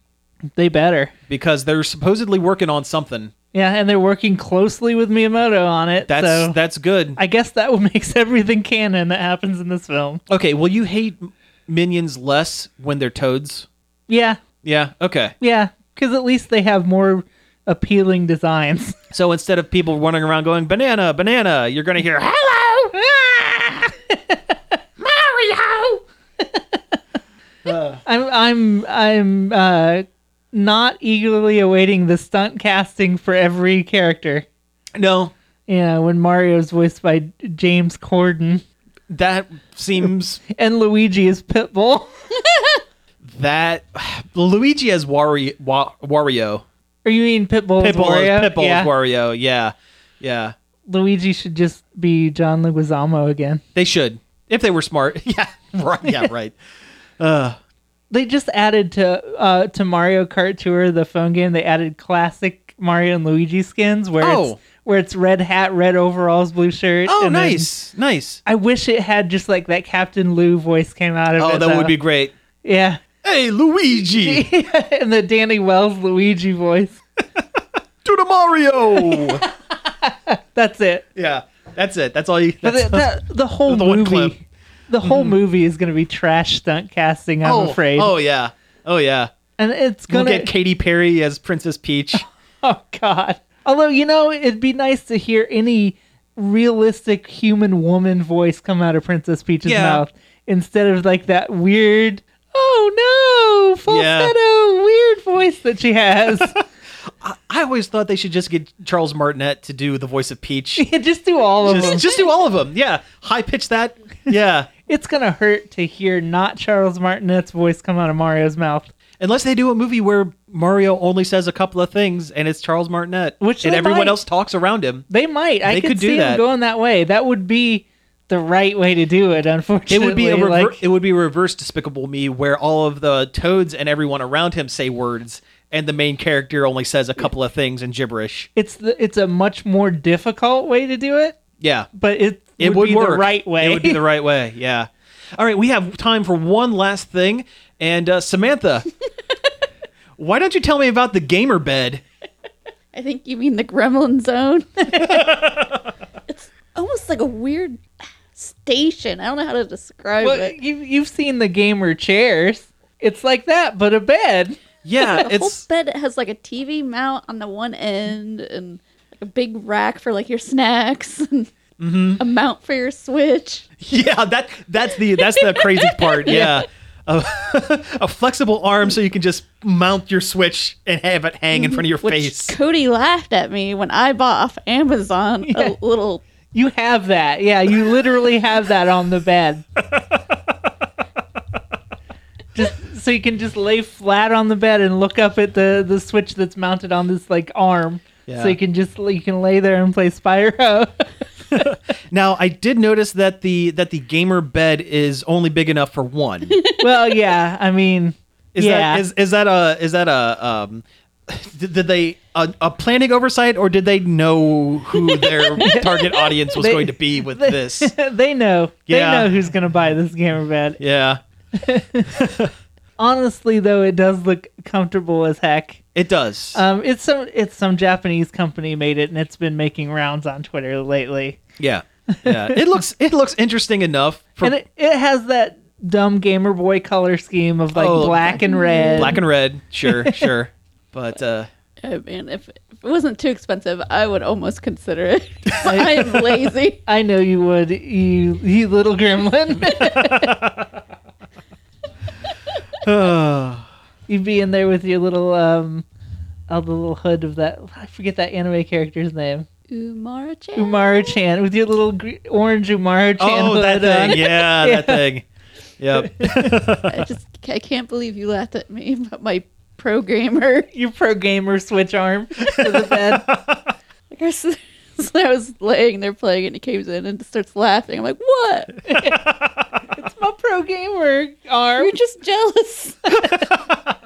Speaker 2: They better.
Speaker 3: Because they're supposedly working on something.
Speaker 2: Yeah, and they're working closely with Miyamoto on it.
Speaker 3: That's
Speaker 2: so
Speaker 3: that's good.
Speaker 2: I guess *laughs* that what makes everything canon that happens in this film.
Speaker 3: okay, will you hate minions less when they're toads?
Speaker 2: Yeah,
Speaker 3: Yeah, okay.
Speaker 2: yeah, because at least they have more appealing designs.
Speaker 3: So instead of people running around going banana, banana, you're gonna hear hello
Speaker 2: Ah! Mario! *laughs* I'm I'm I'm uh, not eagerly awaiting the stunt casting for every character.
Speaker 3: No,
Speaker 2: You know, when Mario's voiced by James Corden
Speaker 3: that seems
Speaker 2: *laughs* and Luigi is Pitbull.
Speaker 3: that *sighs* Luigi as Wario. Wa- Wario.
Speaker 2: Or you mean Pitbull? is
Speaker 3: Pitbull
Speaker 2: Wario?
Speaker 3: as Pitbull
Speaker 2: yeah.
Speaker 3: as Wario. Yeah, yeah.
Speaker 2: Luigi should just be John Leguizamo again.
Speaker 3: They should if they were smart. *laughs* yeah, right. Yeah, right.
Speaker 2: They just added to uh, to Mario Kart Tour, the phone game. They added classic Mario and Luigi skins where
Speaker 3: Oh.
Speaker 2: it's where it's red hat, red overalls, blue shirt.
Speaker 3: *laughs* Oh,
Speaker 2: and then-
Speaker 3: nice, nice.
Speaker 2: I wish it had just like that Captain Lou voice came out of it.
Speaker 3: Oh, that
Speaker 2: though.
Speaker 3: would be great.
Speaker 2: yeah, *laughs*
Speaker 3: Hey, Luigi, *laughs*
Speaker 2: and the Danny Wells Luigi voice.
Speaker 3: do the Mario.
Speaker 2: That's it.
Speaker 3: *laughs* yeah, that's it. That's all you.
Speaker 2: But
Speaker 3: That's,
Speaker 2: the, the, the whole
Speaker 3: the one clip.
Speaker 2: movie, the whole movie is going to be trash stunt casting. I'm
Speaker 3: oh,
Speaker 2: afraid,
Speaker 3: Oh yeah. Oh yeah.
Speaker 2: and it's
Speaker 3: We'll
Speaker 2: going to
Speaker 3: get Katy Perry as Princess
Speaker 2: *laughs*
Speaker 3: Peach.
Speaker 2: Oh God! Although you know, it'd be nice to hear any realistic human woman voice come out of Princess Peach's
Speaker 3: Yeah.
Speaker 2: mouth instead of like that weird, oh no, falsetto weird voice that
Speaker 3: *laughs*
Speaker 2: she has. *laughs*
Speaker 3: I always thought they should just get Charles Martinet to do the voice of Peach.
Speaker 2: yeah, just do all *laughs* of them.
Speaker 3: Just, just do all of them. Yeah, high pitch
Speaker 2: *laughs*
Speaker 3: that. Yeah,
Speaker 2: It's gonna hurt to hear not Charles Martinet's voice come out of Mario's mouth,
Speaker 3: unless they do a movie where Mario only says a couple of things and it's Charles Martinet,
Speaker 2: Which
Speaker 3: and
Speaker 2: they
Speaker 3: everyone
Speaker 2: might.
Speaker 3: else talks around him.
Speaker 2: they might. I
Speaker 3: They
Speaker 2: could,
Speaker 3: could do
Speaker 2: see
Speaker 3: that.
Speaker 2: them going that way. That would be the right way to do it. Unfortunately,
Speaker 3: It would be a rever-
Speaker 2: like,
Speaker 3: it would be a reverse Despicable Me, where all of the toads and everyone around him say words, and the main character only says a couple of things and gibberish.
Speaker 2: it's the, it's a much more difficult way to do it.
Speaker 3: Yeah,
Speaker 2: but it
Speaker 3: it
Speaker 2: would,
Speaker 3: would,
Speaker 2: be
Speaker 3: work
Speaker 2: the right way.
Speaker 3: It would be the right way. Yeah. All right, we have time for one last thing, and uh,
Speaker 2: *laughs*
Speaker 3: Samantha, why don't you tell me about the gamer bed?
Speaker 4: I think you mean the Gremlin
Speaker 3: *laughs*
Speaker 4: Zone. *laughs* it's almost like a weird station. I don't know how to describe
Speaker 2: well,
Speaker 4: it.
Speaker 2: you, you've seen the gamer chairs. It's like that, but a bed.
Speaker 3: Yeah,
Speaker 4: The whole
Speaker 3: it's
Speaker 4: bed has like a TV mount on the one end and like a big rack for like your snacks *laughs* and
Speaker 3: Mm-hmm.
Speaker 4: a mount for your Switch.
Speaker 3: *laughs* yeah that that's the that's the crazy
Speaker 2: *laughs*
Speaker 3: part. Yeah. A, *laughs* a flexible arm so you can just mount your switch and have it hang in front of your
Speaker 4: Which
Speaker 3: face.
Speaker 4: Cody laughed at me when I bought off Amazon
Speaker 2: Yeah.
Speaker 4: a little.
Speaker 2: You have that. Yeah, you literally have that on
Speaker 3: *laughs*
Speaker 2: the bed. just so you can just lay flat on the bed and look up at the the switch that's mounted on this like arm.
Speaker 3: Yeah.
Speaker 2: So you can just you can lay there and play Spyro. *laughs*
Speaker 3: Now, I did notice that the that the gamer bed is only big enough for
Speaker 2: *laughs*
Speaker 3: one.
Speaker 2: well, yeah. I mean,
Speaker 3: Is
Speaker 2: yeah.
Speaker 3: that is, is that a is that a um *laughs* did, did they a, a planning oversight or did they know who
Speaker 2: *laughs*
Speaker 3: their target audience was
Speaker 2: They-
Speaker 3: going to be with
Speaker 2: they- *laughs*
Speaker 3: this?
Speaker 2: *laughs* they know.
Speaker 3: Yeah.
Speaker 2: They know who's gonna buy this gamer bed.
Speaker 3: Yeah.
Speaker 2: honestly though it does look comfortable as heck
Speaker 3: It does.
Speaker 2: um it's some it's some japanese company made it and it's been making rounds on twitter lately
Speaker 3: yeah. Yeah. It looks it looks interesting enough for
Speaker 2: and it, it has that dumb gamer boy color scheme of like
Speaker 3: Oh,
Speaker 2: black and red
Speaker 3: black and red.
Speaker 2: *laughs*
Speaker 3: Sure, sure. But
Speaker 2: *sighs*
Speaker 3: uh
Speaker 4: I mean, if, if it wasn't too expensive, I would almost consider it. I am lazy.
Speaker 2: i know you would you you little gremlin *laughs*
Speaker 3: Oh,
Speaker 2: you'd be in there with your little um oh, the little hood of that i forget that anime character's name
Speaker 4: Umara Chan.
Speaker 2: umara chan with your little gre orange umara chan
Speaker 3: Oh,
Speaker 2: hood
Speaker 3: that
Speaker 2: on.
Speaker 3: thing.
Speaker 2: *laughs*
Speaker 3: Yeah, that thing. Yep.
Speaker 4: I just I can't believe you laughed at me about my programmer.
Speaker 2: your pro gamer switch arm to the
Speaker 3: *laughs*
Speaker 2: bed.
Speaker 4: Like I *laughs* was, so I was laying there playing, and he comes in and starts laughing. I'm like, "What?
Speaker 2: *laughs* It's my pro gamer arm.
Speaker 4: You're just jealous." *laughs*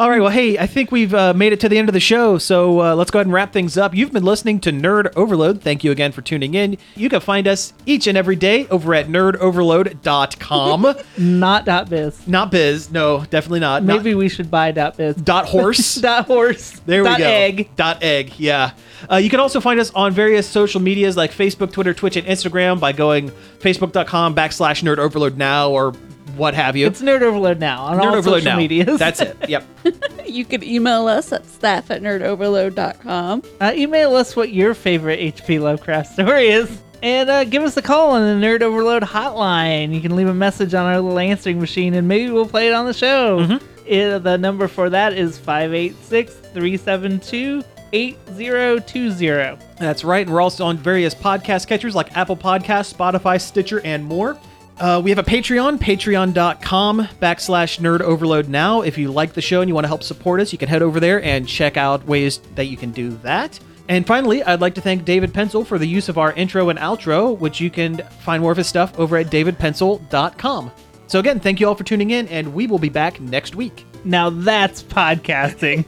Speaker 3: All right. Well, hey, I think we've uh, made it to the end of the show. So uh, let's go ahead and wrap things up. You've been listening to Nerd Overload. Thank you again for tuning in. You can find us each and every day over at
Speaker 2: *laughs*
Speaker 3: nerdoverload.com.
Speaker 2: Not dot biz.
Speaker 3: not biz. No, definitely not. Not-
Speaker 2: Maybe we should buy dot
Speaker 3: *laughs*
Speaker 2: biz.
Speaker 3: dot horse.
Speaker 2: *laughs* Dot horse.
Speaker 3: There we
Speaker 2: dot
Speaker 3: go.
Speaker 2: egg.
Speaker 3: Dot egg. Yeah. Uh, you can also find us on various social medias like Facebook, Twitter, Twitch, and Instagram by going facebook.com backslash nerd overload now or what have you.
Speaker 2: It's nerd overload now on all social medias.
Speaker 3: That's
Speaker 2: *laughs*
Speaker 3: it. Yep.
Speaker 4: you can email us at staff at nerdoverload.com.
Speaker 2: Uh, email us what your favorite H.P. Lovecraft story is. And uh, give us a call on the Nerd Overload hotline. You can leave a message on our little answering machine and maybe we'll play it on the show.
Speaker 3: Mm-hmm.
Speaker 2: It- the number for that is 586 372 8020.
Speaker 3: That's right. We're also on various podcast catchers like Apple Podcasts, Spotify, Stitcher, and more. Uh, we have a Patreon, patreon.com backslash nerd overload now. If you like the show and you want to help support us, you can head over there and check out ways that you can do that. And finally, I'd like to thank David Pencil for the use of our intro and outro, which you can find more of his stuff over at davidpencil.com. So again, thank you all for tuning in, and we will be back next week.
Speaker 2: Now that's podcasting.